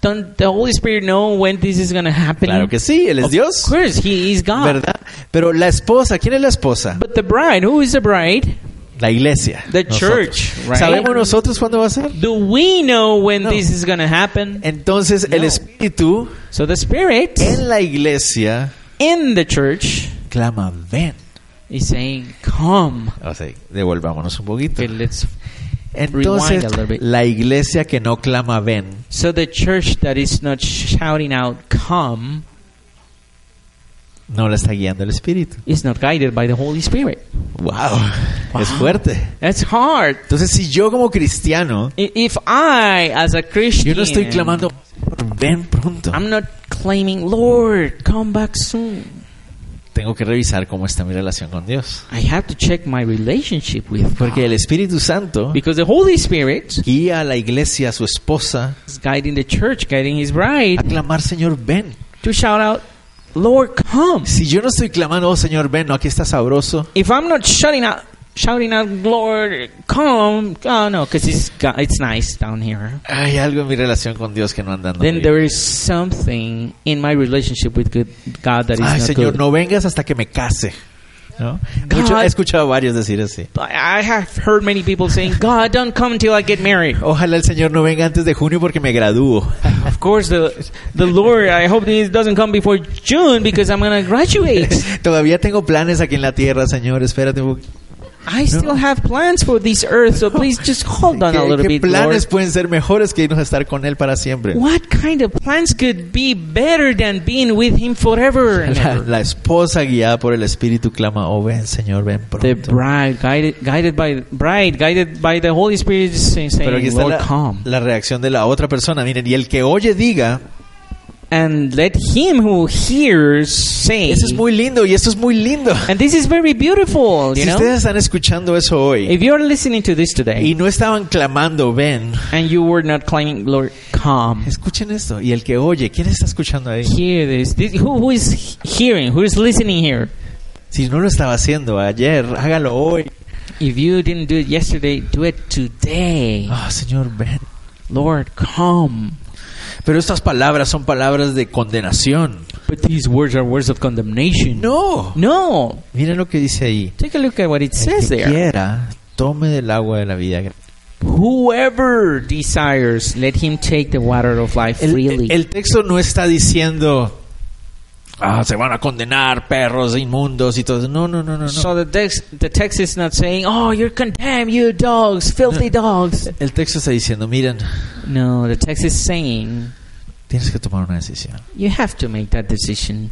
Speaker 2: Don't the Holy Spirit know when this is going to happen?
Speaker 1: Claro que sí, Él es
Speaker 2: Of
Speaker 1: Dios.
Speaker 2: course, He is God.
Speaker 1: ¿Verdad? Pero la esposa, ¿quién es la esposa?
Speaker 2: But the bride, who is the bride?
Speaker 1: La iglesia.
Speaker 2: The
Speaker 1: nosotros.
Speaker 2: church, right?
Speaker 1: ¿Sabemos nosotros cuándo va a ser?
Speaker 2: Do we know when
Speaker 1: No.
Speaker 2: this is going to happen?
Speaker 1: Entonces el
Speaker 2: No.
Speaker 1: Espíritu
Speaker 2: So the Spirit
Speaker 1: en la iglesia
Speaker 2: in the church
Speaker 1: clama, ven.
Speaker 2: is saying, Come.
Speaker 1: O sea, devolvámonos un poquito.
Speaker 2: Okay, let's.
Speaker 1: Entonces
Speaker 2: rewind a little bit.
Speaker 1: la iglesia que no clama, ven,
Speaker 2: So the church that is not shouting out, Come,
Speaker 1: no la está guiando el Espíritu.
Speaker 2: is not guided by the Holy Spirit.
Speaker 1: Wow, es fuerte.
Speaker 2: That's hard.
Speaker 1: Entonces si yo como cristiano,
Speaker 2: I- If I, as a Christian,
Speaker 1: yo no estoy clamando, ven pronto.
Speaker 2: I'm not claiming, Lord, come back soon.
Speaker 1: Tengo que revisar cómo está mi relación con Dios.
Speaker 2: I have to check my relationship with God.
Speaker 1: Porque el Espíritu Santo
Speaker 2: Because the Holy Spirit
Speaker 1: guía a la iglesia, a su esposa,
Speaker 2: is guiding the church, guiding his
Speaker 1: a
Speaker 2: bride
Speaker 1: clamar, Señor, ven.
Speaker 2: to shout out, Lord, come.
Speaker 1: Si yo no estoy clamando, oh Señor, ven, no, aquí está sabroso.
Speaker 2: If I'm not shouting out, shouting out, Lord, come, oh no, because it's, go- it's nice down here.
Speaker 1: Hay algo en mi relación con Dios que no anda andando.
Speaker 2: Then
Speaker 1: bien.
Speaker 2: there is something in my relationship with good God that is
Speaker 1: Ay,
Speaker 2: not
Speaker 1: Señor,
Speaker 2: good.
Speaker 1: no vengas hasta que me case. ¿No?
Speaker 2: God.
Speaker 1: Mucho- he escuchado a varios decir así.
Speaker 2: But I have heard many people saying, God, don't come until I
Speaker 1: [LAUGHS]
Speaker 2: get married.
Speaker 1: Ojalá el Señor no venga antes de junio porque me gradúo. [LAUGHS]
Speaker 2: Of course, the the Lord, I hope this doesn't come before June because I'm going to graduate.
Speaker 1: [LAUGHS] Todavía tengo planes aquí en la tierra, Señor. Espérate un poquito.
Speaker 2: I still have plans for this earth, so
Speaker 1: [LAUGHS]
Speaker 2: please just hold on
Speaker 1: ¿Qué,
Speaker 2: a little
Speaker 1: qué
Speaker 2: bit, Lord.
Speaker 1: planes pueden ser mejores que irnos a estar con Él para siempre?
Speaker 2: What kind of plans could be better than being with Him forever? and
Speaker 1: La,
Speaker 2: ever?
Speaker 1: la esposa guiada por el Espíritu clama, oh ven, Señor, ven
Speaker 2: The
Speaker 1: pronto.
Speaker 2: bride, guided, guided by bride, guided by the Holy Spirit, is saying,
Speaker 1: Pero aquí
Speaker 2: saying,
Speaker 1: está
Speaker 2: "Lord,
Speaker 1: la,
Speaker 2: come."
Speaker 1: la reacción de la otra persona. Miren, y el que oye diga,
Speaker 2: And let him who hears say.
Speaker 1: eso es muy lindo y esto es muy lindo.
Speaker 2: and this is very beautiful,
Speaker 1: Si
Speaker 2: you know.
Speaker 1: ustedes están escuchando eso hoy
Speaker 2: If you're listening to this today
Speaker 1: y no estaban clamando, ven,
Speaker 2: and you were not claiming, Lord, come.
Speaker 1: escuchen esto. Y el que oye, ¿quién está escuchando ahí?
Speaker 2: hear this. this who, who is hearing? Who is listening here?
Speaker 1: Si no lo estaba haciendo ayer, hágalo hoy.
Speaker 2: If you didn't do it yesterday, do it today.
Speaker 1: Ah, Señor, ven.
Speaker 2: Lord, come.
Speaker 1: Pero estas palabras son palabras de condenación.
Speaker 2: But these words are words of condemnation.
Speaker 1: No.
Speaker 2: No.
Speaker 1: Miren lo que dice ahí.
Speaker 2: Take a look at what it
Speaker 1: El
Speaker 2: says
Speaker 1: que
Speaker 2: there.
Speaker 1: quiera, tome del agua de la vida.
Speaker 2: Whoever desires, let him take the water of life freely.
Speaker 1: El, el texto no está diciendo, ah, se van a condenar perros inmundos y todo. No, no, no, no, no.
Speaker 2: so the text, the text is not saying, "Oh, you're condemned, you dogs, filthy
Speaker 1: [LAUGHS]
Speaker 2: dogs."
Speaker 1: El texto está diciendo, miren,
Speaker 2: No, the text is saying
Speaker 1: tienes que tomar una decisión.
Speaker 2: you have to make that decision.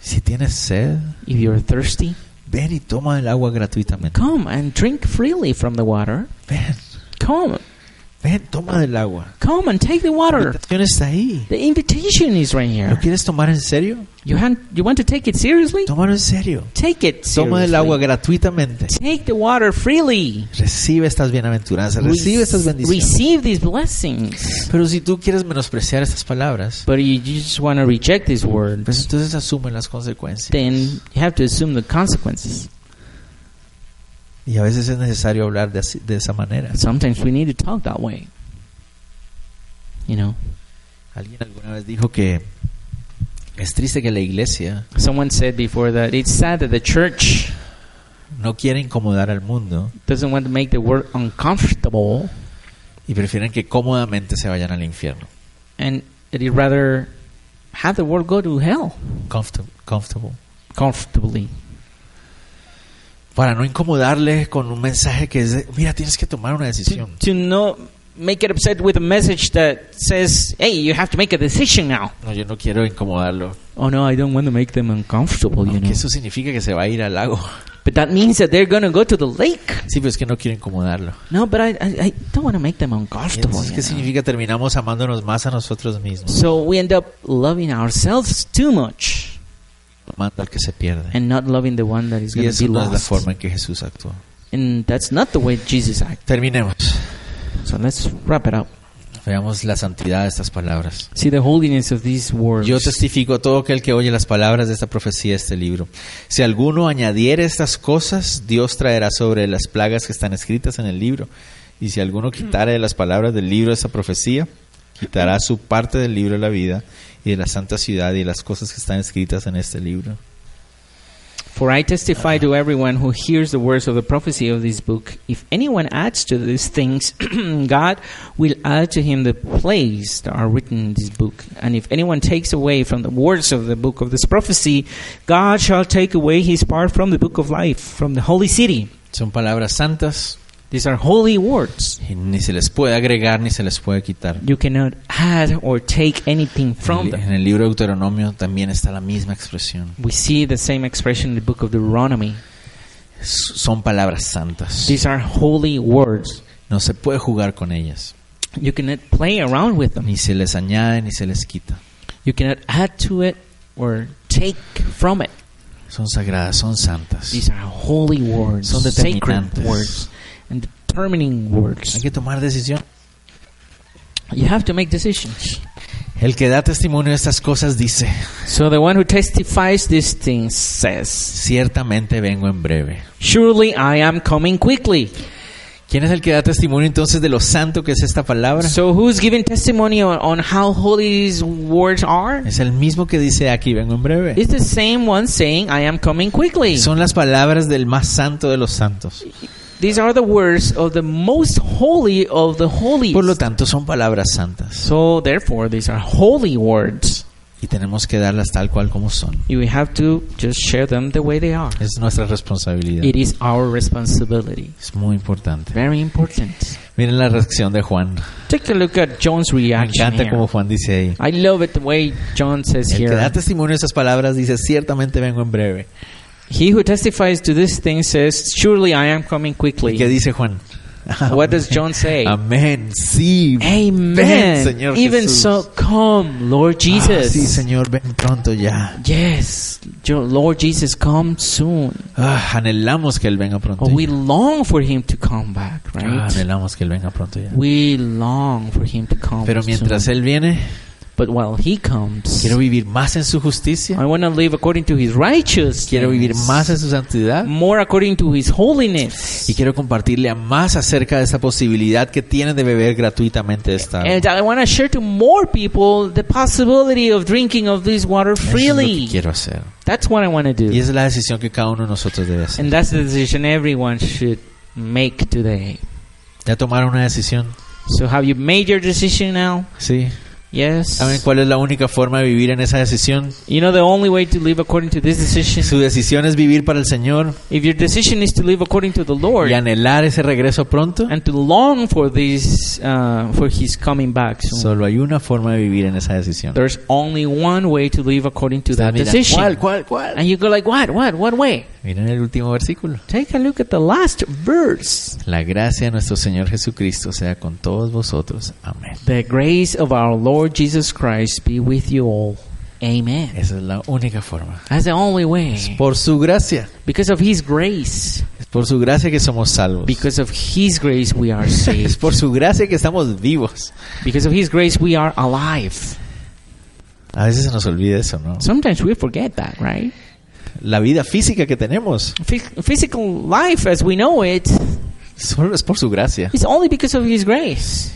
Speaker 1: Si tienes sed,
Speaker 2: If you're thirsty,
Speaker 1: ven y toma el agua gratuitamente.
Speaker 2: come and drink freely from the water.
Speaker 1: Ven,
Speaker 2: Come,
Speaker 1: ven, toma del agua.
Speaker 2: come and take the
Speaker 1: La
Speaker 2: water.
Speaker 1: invitación está ahí.
Speaker 2: The invitation is right
Speaker 1: ¿Lo
Speaker 2: here.
Speaker 1: quieres tomar en serio?
Speaker 2: You han- you want to take it seriously?
Speaker 1: Tómalo en serio.
Speaker 2: Take it
Speaker 1: Toma del agua
Speaker 2: seriously.
Speaker 1: gratuitamente.
Speaker 2: Take the water freely.
Speaker 1: Recibe estas bienaventuranzas, recibe estas bendiciones.
Speaker 2: Receive these blessings.
Speaker 1: Pero si tú quieres menospreciar estas palabras,
Speaker 2: But you just want to reject these words,
Speaker 1: pues entonces asume las consecuencias.
Speaker 2: then you have to assume the consequences.
Speaker 1: Y a veces es necesario hablar de, así- de esa manera.
Speaker 2: And sometimes we need to talk that way. You know,
Speaker 1: Alguien alguna vez dijo que es triste que la iglesia
Speaker 2: someone said before that it's sad that the church
Speaker 1: no quiere incomodar al mundo
Speaker 2: doesn't want to make the world uncomfortable
Speaker 1: y prefieren que cómodamente se vayan al infierno.
Speaker 2: and that it rather have the world go to hell
Speaker 1: Comfortable. comfortable.
Speaker 2: comfortably.
Speaker 1: Para no incomodarle con un mensaje que es, de, mira, tienes que tomar una
Speaker 2: To,
Speaker 1: decisión.
Speaker 2: to not make it upset with a message that says, hey, you have to make a decision now.
Speaker 1: No, yo no quiero incomodarlo.
Speaker 2: Oh no, I don't want to make them uncomfortable, you
Speaker 1: Aunque
Speaker 2: know.
Speaker 1: eso significa que se va a ir al lago.
Speaker 2: But that means that they're going to go to the lake.
Speaker 1: [LAUGHS] Sí, pero es que no quiero incomodarlo.
Speaker 2: No, but I, I, I don't want to make them
Speaker 1: Y
Speaker 2: uncomfortable.
Speaker 1: Entonces,
Speaker 2: you
Speaker 1: ¿qué
Speaker 2: know.
Speaker 1: significa? Terminamos amándonos más a nosotros mismos.
Speaker 2: So we end up loving ourselves too much
Speaker 1: Amando al que se pierde.
Speaker 2: and not loving the one that is
Speaker 1: Y
Speaker 2: going to
Speaker 1: esa
Speaker 2: be
Speaker 1: no es la
Speaker 2: lost.
Speaker 1: forma en que Jesús actuó.
Speaker 2: And that's not the way Jesus acted.
Speaker 1: Terminemos.
Speaker 2: So let's wrap it up.
Speaker 1: Veamos la santidad de estas palabras.
Speaker 2: See the holiness of these words.
Speaker 1: Yo testifico a todo aquel que oye las palabras de esta profecía, de este libro. Si alguno añadiere estas cosas, Dios traerá sobre él las plagas que están escritas en el libro. Y si alguno quitare de las palabras del libro de esta profecía, quitará su parte del libro de la vida y de la santa ciudad y de las cosas que están escritas en este libro.
Speaker 2: For I testify to everyone who hears the words of the prophecy of this book if anyone adds to these things, [CLEARS THROAT] God will add to him the plagues that are written in this book. And if anyone takes away from the words of the book of this prophecy, God shall take away his part from the book of life, from the holy city.
Speaker 1: Son palabras santas
Speaker 2: These are holy words.
Speaker 1: y ni se les puede agregar ni se les puede quitar.
Speaker 2: You cannot add or take anything from them.
Speaker 1: En el libro de Deuteronomio también está la misma expresión.
Speaker 2: We see the same expression in the book of Deuteronomy.
Speaker 1: S- Son palabras santas.
Speaker 2: These are holy words.
Speaker 1: No se puede jugar con ellas.
Speaker 2: You cannot play around with them.
Speaker 1: Ni se les añade ni se les quita.
Speaker 2: You cannot add to it or take from it.
Speaker 1: Son sagradas, son santas.
Speaker 2: These are holy words,
Speaker 1: Son
Speaker 2: sacred
Speaker 1: determinantes.
Speaker 2: words, and determining
Speaker 1: Hay
Speaker 2: words.
Speaker 1: que tomar decisión.
Speaker 2: You have to make decisions.
Speaker 1: El que da testimonio de estas cosas dice,
Speaker 2: So the one who testifies these things says,
Speaker 1: ciertamente vengo en breve.
Speaker 2: Surely I am coming quickly.
Speaker 1: ¿Quién es el que da testimonio entonces de lo santo que es esta palabra?
Speaker 2: So who's giving testimony on, on how holy these words are?
Speaker 1: Es el mismo que dice aquí vengo en breve.
Speaker 2: It's the same one saying, I am coming quickly.
Speaker 1: Son las palabras del más santo de los santos.
Speaker 2: These are the words of the most holy of the holy.
Speaker 1: Por lo tanto, son palabras santas.
Speaker 2: So therefore, these are holy words.
Speaker 1: Y tenemos que darlas tal cual como son.
Speaker 2: You have to just share them the way they are.
Speaker 1: Es nuestra responsabilidad.
Speaker 2: It is our responsibility.
Speaker 1: Es muy importante.
Speaker 2: Very important.
Speaker 1: Miren la reacción de Juan.
Speaker 2: Take a look at John's
Speaker 1: Me
Speaker 2: reaction.
Speaker 1: encanta
Speaker 2: here.
Speaker 1: como Juan dice ahí.
Speaker 2: I love it the way John says
Speaker 1: El que da
Speaker 2: here.
Speaker 1: testimonio de estas palabras dice, ciertamente vengo en breve.
Speaker 2: He who testifies to this thing says, Surely I am coming
Speaker 1: ¿Y qué
Speaker 2: quickly.
Speaker 1: dice Juan?
Speaker 2: [LAUGHS] What does John say?
Speaker 1: Amén, sí. Ven,
Speaker 2: Amen.
Speaker 1: Señor
Speaker 2: Even
Speaker 1: Jesús.
Speaker 2: so, come, Lord
Speaker 1: Ah, sí,
Speaker 2: Jesus.
Speaker 1: Señor, ven pronto ya.
Speaker 2: Yes, Jo- Lord Jesus, come soon.
Speaker 1: Ah, anhelamos que Él venga pronto.
Speaker 2: Oh,
Speaker 1: ya.
Speaker 2: we long for him to come back,
Speaker 1: Ah,
Speaker 2: right?
Speaker 1: anhelamos que Él venga pronto ya.
Speaker 2: We long for him to come
Speaker 1: Pero mientras
Speaker 2: soon.
Speaker 1: Él viene,
Speaker 2: But while he comes,
Speaker 1: quiero vivir más en su justicia.
Speaker 2: I want to live according to his righteousness.
Speaker 1: Quiero vivir más en su santidad.
Speaker 2: more according to his holiness.
Speaker 1: Y quiero compartirle a más acerca de esta posibilidad que tienen de beber gratuitamente de esta agua.
Speaker 2: And I want to share to more people the possibility of drinking of this water
Speaker 1: Eso es lo que
Speaker 2: freely.
Speaker 1: quiero hacer.
Speaker 2: That's what I want to
Speaker 1: Y
Speaker 2: do.
Speaker 1: esa es la decisión que cada uno de nosotros debe hacer.
Speaker 2: And that's the decision everyone should make today.
Speaker 1: ¿Ya tomaron una decisión?
Speaker 2: So have you made your decision now?
Speaker 1: Sí.
Speaker 2: Yes.
Speaker 1: ¿Saben cuál es la única forma de vivir en esa decisión?
Speaker 2: You know the only way to live according to this decision
Speaker 1: Su decisión es vivir para el Señor
Speaker 2: if your decision is to live according to the Lord
Speaker 1: y anhelar ese regreso pronto.
Speaker 2: and to long for this uh, for his coming back soon.
Speaker 1: Solo hay una forma de vivir en esa decisión.
Speaker 2: There's only one way to live according to
Speaker 1: Ustedes
Speaker 2: that
Speaker 1: miran,
Speaker 2: decision.
Speaker 1: ¿Cuál, cuál, cuál?
Speaker 2: And you go like, what, what, what way?
Speaker 1: Miren el último versículo.
Speaker 2: Take a look at the last verse.
Speaker 1: La gracia de nuestro Señor Jesucristo sea con todos vosotros. Amén.
Speaker 2: The grace of our Lord Jesus Christ be with you all. Amen.
Speaker 1: Esa es la única forma.
Speaker 2: That's the only way.
Speaker 1: Por su gracia.
Speaker 2: Because of His grace.
Speaker 1: Es por su gracia que somos salvos.
Speaker 2: Because of His grace we
Speaker 1: [LAUGHS]
Speaker 2: are
Speaker 1: Es
Speaker 2: saved.
Speaker 1: por su gracia que estamos vivos.
Speaker 2: Because of His grace we are alive.
Speaker 1: A veces se nos olvida eso, ¿no?
Speaker 2: Sometimes we forget that, right?
Speaker 1: La vida física que tenemos
Speaker 2: Phys- Physical life as we know it
Speaker 1: solo es por su gracia.
Speaker 2: is only because of His grace.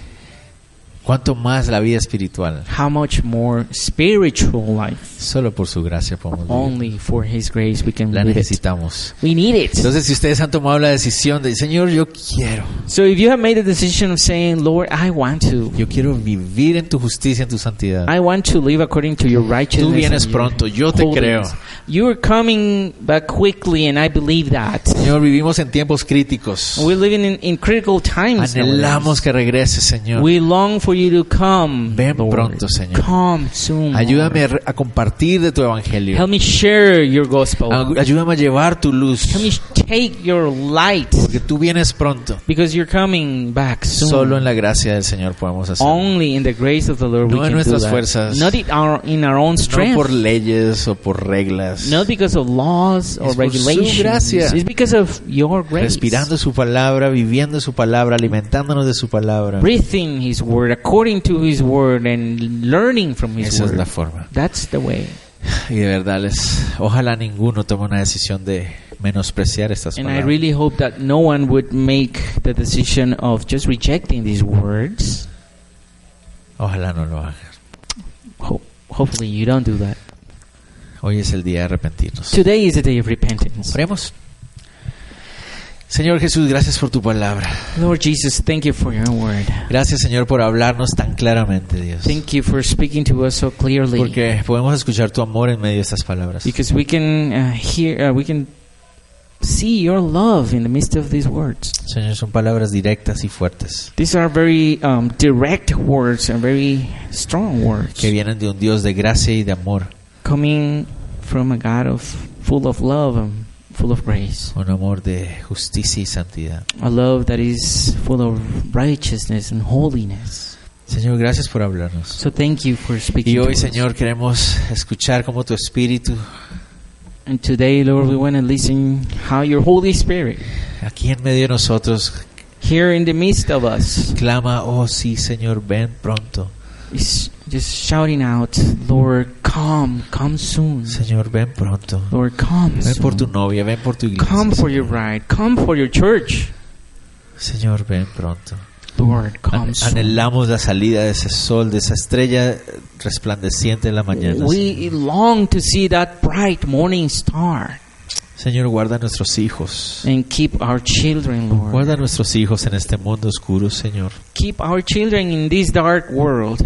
Speaker 1: Cuanto más la vida espiritual,
Speaker 2: How much more spiritual life?
Speaker 1: solo por su gracia podemos vivir.
Speaker 2: Only for His grace we can
Speaker 1: La
Speaker 2: live it.
Speaker 1: necesitamos.
Speaker 2: We need it.
Speaker 1: Entonces, si ustedes han tomado la decisión de, Señor, yo quiero,
Speaker 2: So if you have made the decision of saying, Lord, I want to.
Speaker 1: yo quiero vivir en tu justicia, en tu santidad.
Speaker 2: I want to live according to your righteousness.
Speaker 1: Tú vienes
Speaker 2: and your
Speaker 1: pronto, yo te creo.
Speaker 2: holiness. You are coming back quickly, and I believe that.
Speaker 1: Señor, vivimos en tiempos críticos.
Speaker 2: We're living in, in critical times.
Speaker 1: Anhelamos
Speaker 2: nowadays.
Speaker 1: que regreses, Señor.
Speaker 2: We long for you to come.
Speaker 1: Ven
Speaker 2: Lord.
Speaker 1: pronto, Señor.
Speaker 2: Come soon. Lord.
Speaker 1: Ayúdame a re- a compartir de tu evangelio.
Speaker 2: Help me share your gospel.
Speaker 1: Ay- Ayúdame a llevar tu luz.
Speaker 2: Help me sh- take your light
Speaker 1: Porque tú vienes pronto.
Speaker 2: because you're coming back soon.
Speaker 1: Solo en la gracia del Señor podemos hacerlo.
Speaker 2: Only in the grace of the Lord
Speaker 1: No
Speaker 2: we
Speaker 1: en
Speaker 2: can
Speaker 1: nuestras
Speaker 2: do that.
Speaker 1: fuerzas.
Speaker 2: Not in our, in our own
Speaker 1: No
Speaker 2: strength.
Speaker 1: por leyes o por reglas.
Speaker 2: Not because of laws or
Speaker 1: Es por su
Speaker 2: regulations.
Speaker 1: gracia.
Speaker 2: It's because of your grace.
Speaker 1: respirando su palabra, viviendo su palabra, alimentándonos de su palabra.
Speaker 2: Breathing His word according to His word and learning from His
Speaker 1: Esa es
Speaker 2: word.
Speaker 1: la forma.
Speaker 2: That's the way.
Speaker 1: Y de verdad les, ojalá ninguno tome una decisión de menospreciar estas
Speaker 2: And I
Speaker 1: palabras.
Speaker 2: really hope that no one would make the decision of just rejecting these words.
Speaker 1: Ojalá no lo hagan.
Speaker 2: Ho- hopefully, you don't do that.
Speaker 1: Hoy es el día de arrepentirnos.
Speaker 2: Today is the day of repentance.
Speaker 1: Oremos. Señor Jesús, gracias por tu palabra.
Speaker 2: Lord Jesus, thank you for your word.
Speaker 1: Gracias, Señor, por hablarnos tan claramente, Dios.
Speaker 2: Thank you for speaking to us so clearly.
Speaker 1: Porque podemos escuchar tu amor en medio de estas palabras.
Speaker 2: Because we can uh, hear, uh, we can see your love in the midst of these words.
Speaker 1: Señor, son palabras directas y fuertes
Speaker 2: These are very um, direct words and very strong words,
Speaker 1: que vienen de un Dios de gracia y de amor.
Speaker 2: coming from a God of full of love and full of grace,
Speaker 1: Un amor de justicia y santidad.
Speaker 2: a love that is full of righteousness and holiness.
Speaker 1: Señor, gracias por hablarnos.
Speaker 2: So thank you for speaking.
Speaker 1: Y
Speaker 2: to
Speaker 1: hoy,
Speaker 2: us.
Speaker 1: Señor, queremos escuchar cómo tu Espíritu,
Speaker 2: And today, Lord, we want to listen how your Holy Spirit
Speaker 1: aquí en medio de nosotros,
Speaker 2: here in the midst of us
Speaker 1: clama, oh sí, Señor, ven pronto.
Speaker 2: is just shouting out, Lord, come, come soon.
Speaker 1: Señor, ven pronto.
Speaker 2: Lord, come.
Speaker 1: Ven por tu
Speaker 2: soon.
Speaker 1: novia, ven por tu
Speaker 2: Come
Speaker 1: iglesia.
Speaker 2: for your bride. Come for your church.
Speaker 1: Señor, ven pronto.
Speaker 2: Lord, come
Speaker 1: An-
Speaker 2: soon.
Speaker 1: Anhelamos la salida de ese sol, de esa estrella resplandeciente en la mañana.
Speaker 2: We long to see that bright morning star
Speaker 1: Señor, guarda a nuestros hijos.
Speaker 2: and keep our children, Lord.
Speaker 1: Guarda a nuestros hijos en este mundo oscuro, Señor.
Speaker 2: Keep our children in this dark world.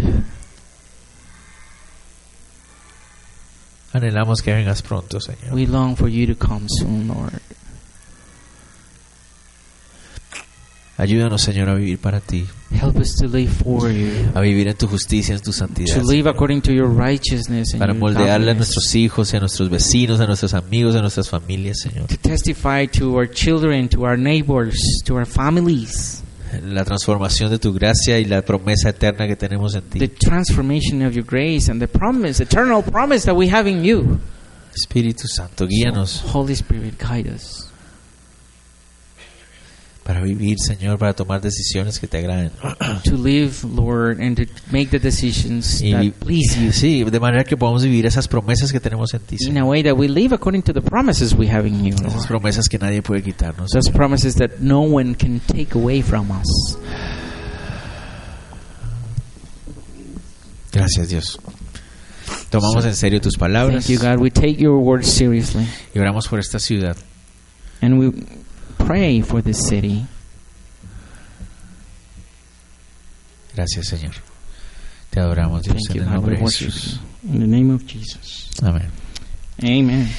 Speaker 1: Anhelamos que vengas pronto, Señor.
Speaker 2: We long for you to come soon, Lord.
Speaker 1: Ayúdanos, Señor, a vivir para ti,
Speaker 2: Help us to live for you,
Speaker 1: a vivir en tu justicia, en tu santidad.
Speaker 2: to live
Speaker 1: Señor.
Speaker 2: according to your righteousness and
Speaker 1: para
Speaker 2: your
Speaker 1: moldearle a
Speaker 2: godliness,
Speaker 1: nuestros hijos, y a nuestros vecinos, a nuestros amigos, a nuestras familias, Señor.
Speaker 2: to testify to our children, to our neighbors, to our families,
Speaker 1: La transformación de tu gracia y la promesa eterna que tenemos en
Speaker 2: the
Speaker 1: ti.
Speaker 2: transformation of your grace and the promise, eternal promise that we have in you.
Speaker 1: Espíritu Santo, guíanos
Speaker 2: Holy Spirit, guide us
Speaker 1: para vivir, Señor, para tomar decisiones que te agraden.
Speaker 2: to live, Lord, and to make the decisions
Speaker 1: Y vi-
Speaker 2: that please you
Speaker 1: sí, de manera que podamos vivir esas promesas que tenemos en ti,
Speaker 2: in
Speaker 1: Señor.
Speaker 2: a way that we live according to the promises we have in you,
Speaker 1: Esas
Speaker 2: Lord.
Speaker 1: promesas que nadie puede quitarnos.
Speaker 2: Those promises that no one can take away from us.
Speaker 1: Gracias, Dios. Tomamos en serio tus palabras
Speaker 2: Thank you, God. We take your word seriously
Speaker 1: y oramos por esta ciudad.
Speaker 2: and we pray for this city.
Speaker 1: Gracias, Señor. Te adoramos, Dios,
Speaker 2: Thank
Speaker 1: en
Speaker 2: you,
Speaker 1: el
Speaker 2: God.
Speaker 1: nombre
Speaker 2: We
Speaker 1: de
Speaker 2: worship
Speaker 1: Jesús.
Speaker 2: you. In the name of Jesus.
Speaker 1: Amén.
Speaker 2: Amen.